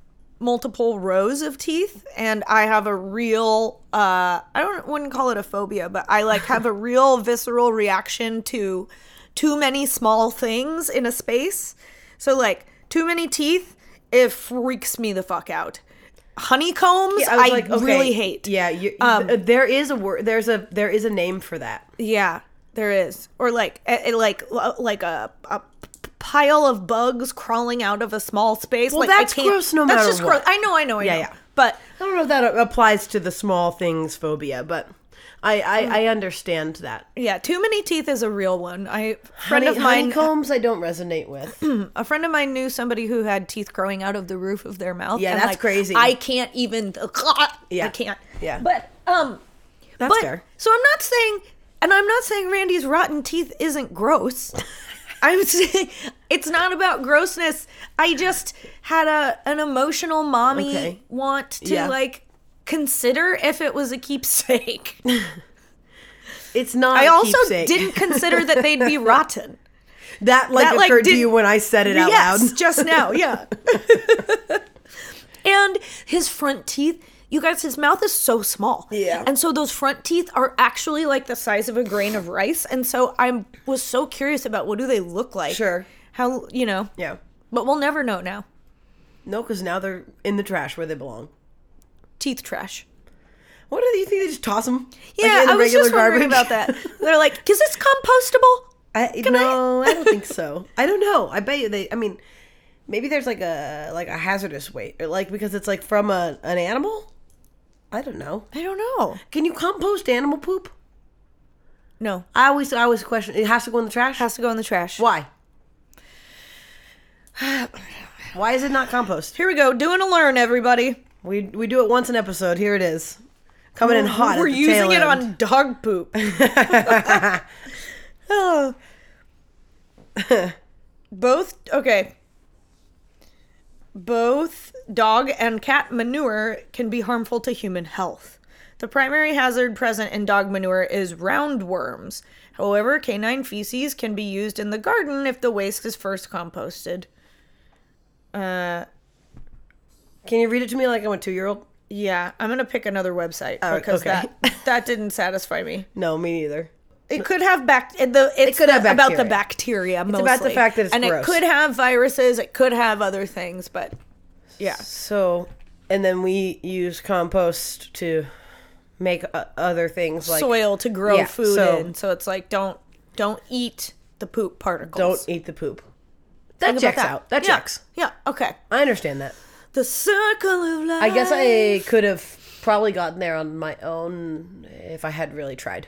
Speaker 1: multiple rows of teeth and I have a real uh I don't wouldn't call it a phobia, but I like have
Speaker 2: <laughs>
Speaker 1: a real visceral reaction to too many small things in a space. So like too many teeth, it freaks me the fuck out. Honeycombs,
Speaker 2: Yeah,
Speaker 1: I,
Speaker 2: was okay,
Speaker 1: really hate. um,
Speaker 2: Yeah, you, th- there is a word. There's a there is a name for that.
Speaker 1: Yeah, there is. Or like a, a- like like a, a p- pile of bugs crawling out of a small space. Well, like,
Speaker 2: that's
Speaker 1: I can't,
Speaker 2: gross no matter
Speaker 1: That's just gross.
Speaker 2: what.
Speaker 1: I know, I know, I
Speaker 2: Yeah,
Speaker 1: know.
Speaker 2: yeah.
Speaker 1: But
Speaker 2: I don't know if that applies to the small things phobia, but I I, I understand that.
Speaker 1: yeah, too many teeth is a real one. I friend
Speaker 2: Honey,
Speaker 1: of mine,
Speaker 2: honeycombs, I don't resonate
Speaker 1: <clears throat>
Speaker 2: with.
Speaker 1: a friend of mine knew somebody who had teeth growing out of the roof of their mouth.
Speaker 2: Yeah,
Speaker 1: and,
Speaker 2: that's
Speaker 1: like,
Speaker 2: crazy.
Speaker 1: I can't even. <laughs> I
Speaker 2: Yeah.
Speaker 1: can't.
Speaker 2: Yeah.
Speaker 1: but um,
Speaker 2: That's
Speaker 1: but
Speaker 2: fair.
Speaker 1: so I'm not saying, and I'm not saying Randy's rotten teeth isn't
Speaker 2: <laughs>
Speaker 1: gross. I'm saying it's not about grossness. I just had a an emotional mommy
Speaker 2: Okay.
Speaker 1: want to
Speaker 2: Yeah.
Speaker 1: like consider if it was a keepsake.
Speaker 2: It's not.
Speaker 1: I
Speaker 2: a
Speaker 1: also
Speaker 2: keepsake. <laughs>
Speaker 1: didn't consider that they'd be rotten.
Speaker 2: That like
Speaker 1: that, like,
Speaker 2: occurred to
Speaker 1: did-
Speaker 2: you when I said it out
Speaker 1: yes,
Speaker 2: loud.
Speaker 1: just now, <laughs> yeah. and his front teeth, you guys, his mouth is so small.
Speaker 2: Yeah.
Speaker 1: And so those front teeth are actually like the size of a grain of rice. And so I was so curious about what do they look like?
Speaker 2: Sure.
Speaker 1: How you know?
Speaker 2: Yeah.
Speaker 1: But we'll never know now.
Speaker 2: No, because now they're in the trash where they belong.
Speaker 1: Teeth trash.
Speaker 2: What do you think? They just toss them?
Speaker 1: Yeah, I was just wondering about that. <laughs> They're like, is this compostable?
Speaker 2: <laughs> I, no, I? don't think so. I don't know. I bet you they. I mean, maybe there's like a like a hazardous weight, or like because it's like from a an animal. I don't know.
Speaker 1: I don't know.
Speaker 2: Can you compost animal poop?
Speaker 1: No,
Speaker 2: I always I always question. It has to go in the trash.
Speaker 1: has to go in the trash.
Speaker 2: Why? <sighs> Why is it not compost?
Speaker 1: Here we go. Doing a learn, everybody.
Speaker 2: We we do it once an episode. Here it is, coming in hot.
Speaker 1: We're
Speaker 2: at the
Speaker 1: using
Speaker 2: tail
Speaker 1: it
Speaker 2: end. <laughs>
Speaker 1: on dog poop. Oh. Both okay. Both dog and cat manure can be harmful to human health. The primary hazard present in dog manure is roundworms. However, canine feces can be used in the garden if the waste is first composted. Uh
Speaker 2: Can you read it to me like I'm a two year old?
Speaker 1: yeah, I'm gonna pick another website because
Speaker 2: Oh, okay.
Speaker 1: that that didn't satisfy me.
Speaker 2: No, me neither.
Speaker 1: It could have bac. It, the, it's
Speaker 2: could have
Speaker 1: the- about the
Speaker 2: bacteria.
Speaker 1: bacteria. Mostly.
Speaker 2: about the fact that it's
Speaker 1: and
Speaker 2: gross.
Speaker 1: it could have viruses. It could have other things, but yeah,
Speaker 2: So, and then we use compost to make o- other things like
Speaker 1: soil to grow
Speaker 2: yeah,
Speaker 1: food
Speaker 2: so-
Speaker 1: in. So it's like don't don't eat the poop
Speaker 2: don't
Speaker 1: particles.
Speaker 2: eat the poop.
Speaker 1: Think
Speaker 2: That
Speaker 1: about
Speaker 2: checks out. That
Speaker 1: yeah.
Speaker 2: checks.
Speaker 1: Yeah. Okay.
Speaker 2: I understand that.
Speaker 1: The circle of life. <laughs>
Speaker 2: I guess I could have probably gotten there on my own if I had really tried,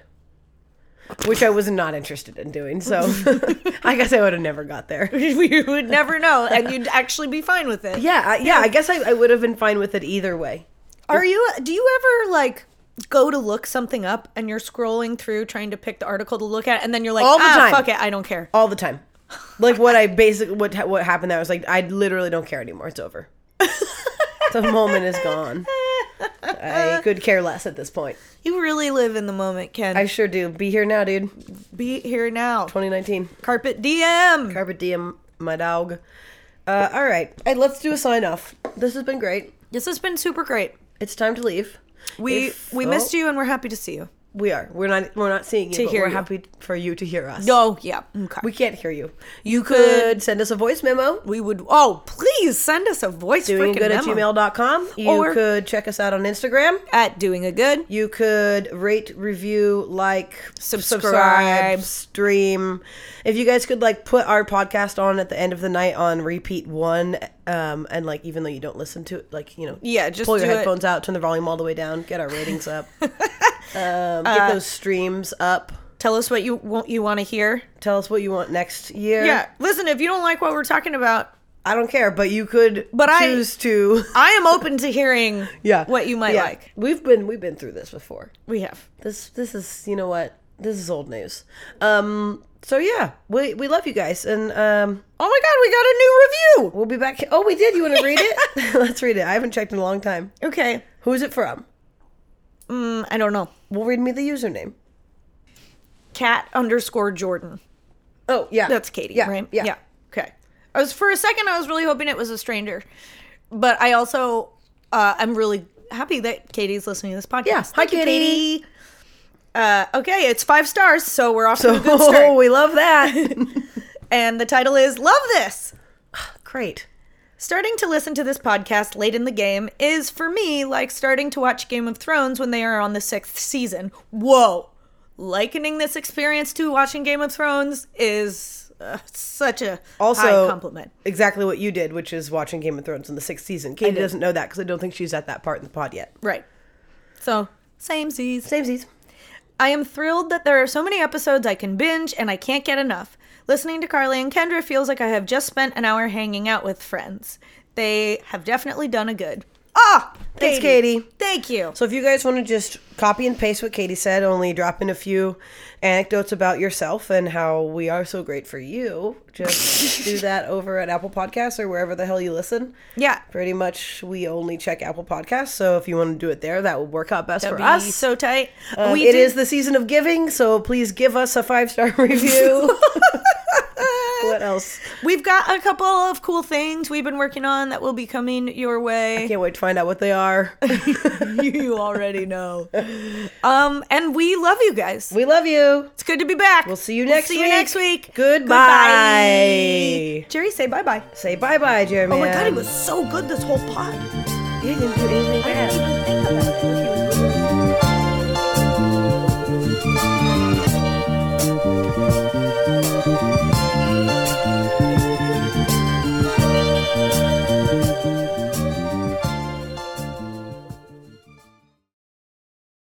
Speaker 2: which I was not interested in doing. So, <laughs> I guess I would have never got there.
Speaker 1: we would never know, and you'd actually be fine with it.
Speaker 2: Yeah, I, yeah. I guess I, I would have been fine with it either way.
Speaker 1: Are you? Do you ever like? Go to look something up, and you're scrolling through trying to pick the article to look at, and then you're like,
Speaker 2: All the
Speaker 1: "Ah,
Speaker 2: time.
Speaker 1: fuck it, I don't care."
Speaker 2: all the time. Like what I basically what ha- what happened there I was like I literally don't care anymore. It's over. <laughs> the moment is gone. I could care less at this point.
Speaker 1: You really live in the moment, Ken.
Speaker 2: I sure do. Be here now, dude.
Speaker 1: be here now.
Speaker 2: 2019.
Speaker 1: Carpet DM.
Speaker 2: Carpe diem, my dog. Uh, all right. Hey, let's do a sign off. This has been great.
Speaker 1: This has been super great.
Speaker 2: It's time to leave.
Speaker 1: We
Speaker 2: If-
Speaker 1: we
Speaker 2: oh,
Speaker 1: missed you and we're happy to see you.
Speaker 2: We are. We're not. We're not seeing you.
Speaker 1: To
Speaker 2: but
Speaker 1: hear
Speaker 2: we're
Speaker 1: you.
Speaker 2: happy for you to hear us.
Speaker 1: Oh yeah. Okay.
Speaker 2: we
Speaker 1: We,
Speaker 2: can't hear you. You
Speaker 1: could-
Speaker 2: could send us a voice memo.
Speaker 1: would oh please send us a voice
Speaker 2: Doing
Speaker 1: freaking
Speaker 2: good at
Speaker 1: memo.
Speaker 2: gmail.com. You
Speaker 1: Or-
Speaker 2: could check us out on Instagram.
Speaker 1: at doing a good.
Speaker 2: You could rate, review, like,
Speaker 1: Subscribe.
Speaker 2: stream. If you guys could like put our podcast on at the end of the night on repeat one, um, and like even though you don't listen to it, like you know,
Speaker 1: Yeah, just
Speaker 2: pull your
Speaker 1: do it.
Speaker 2: headphones out, turn the volume all the way down, get our ratings
Speaker 1: <laughs>
Speaker 2: up, um, get
Speaker 1: Uh,
Speaker 2: those streams up.
Speaker 1: Tell us what you want you want to hear.
Speaker 2: Tell us what you want next year.
Speaker 1: Yeah. Listen, if you don't like what we're talking about,
Speaker 2: I don't care, but you could
Speaker 1: But I-
Speaker 2: choose to. <laughs>
Speaker 1: I am open to <laughs> hearing
Speaker 2: yeah,
Speaker 1: what you might
Speaker 2: Yeah.
Speaker 1: like.
Speaker 2: We've been we've been through this before.
Speaker 1: We have.
Speaker 2: this this is you know what this is old news um so yeah we we love you guys and um
Speaker 1: Oh my god, we got a new
Speaker 2: we'll be back oh we did you want to read
Speaker 1: <laughs>
Speaker 2: it <laughs> let's read it i haven't checked in a long time
Speaker 1: review. Okay.
Speaker 2: who is it from
Speaker 1: Mm, I don't know.
Speaker 2: well read me the username
Speaker 1: Cat underscore Jordan.
Speaker 2: oh yeah
Speaker 1: That's Katie,
Speaker 2: yeah
Speaker 1: right?
Speaker 2: yeah,
Speaker 1: Okay. I was for a second I was really hoping it was a stranger. But I also uh I'm really happy that Katie's listening to this podcast.
Speaker 2: Yeah. Hi,
Speaker 1: Thank you,
Speaker 2: Katie.
Speaker 1: Katie. Uh okay, it's 5 stars, so we're off to a good
Speaker 2: oh <laughs>
Speaker 1: start.
Speaker 2: we love that
Speaker 1: <laughs> And the title is Love This.
Speaker 2: great
Speaker 1: Starting to listen to this podcast late in the game is for me like starting to watch Game of Thrones when they are on the 6th season. Whoa. Likening this experience to watching Game of Thrones is uh, such a
Speaker 2: also
Speaker 1: high compliment.
Speaker 2: exactly what you did which is watching game of thrones in the sixth season katie
Speaker 1: did.
Speaker 2: doesn't know that because i don't think she's at that part in the pod yet
Speaker 1: Right. So, same Z's.
Speaker 2: same seas
Speaker 1: I am thrilled that there are so many episodes I can binge and I can't get enough. Listening to Carly and Kendra feels like I have just spent an hour hanging out with friends. They have definitely done a good. Ah,
Speaker 2: Thanks, Katie.
Speaker 1: Thank you.
Speaker 2: So if you guys want to just copy and paste what Katie said, only drop in a few anecdotes about yourself and how we are so great for you,
Speaker 1: <laughs>
Speaker 2: just do that over at Apple Podcasts or wherever the hell you listen.
Speaker 1: Yeah.
Speaker 2: Pretty much, we only check Apple Podcasts. So if you want to do it there, that would work out best
Speaker 1: That'd
Speaker 2: for
Speaker 1: be
Speaker 2: us.
Speaker 1: so tight.
Speaker 2: Um,
Speaker 1: we
Speaker 2: it
Speaker 1: did,
Speaker 2: is the season of giving, so please give us a five star <laughs>
Speaker 1: <laughs>
Speaker 2: review. what else?
Speaker 1: We've got a couple of cool things we've been working on that will be coming your way.
Speaker 2: Can't wait to find out what they are.
Speaker 1: you already know. <laughs> Um, and we love you guys.
Speaker 2: we love you.
Speaker 1: It's good to be back. We'll
Speaker 2: see you next
Speaker 1: see
Speaker 2: week.
Speaker 1: you next week.
Speaker 2: Goodbye.
Speaker 1: Goodbye. Jerry, say bye bye.
Speaker 2: Say bye bye, Jeremy.
Speaker 1: Oh my god, he was so good this whole pod.
Speaker 2: You didn't do anything bad.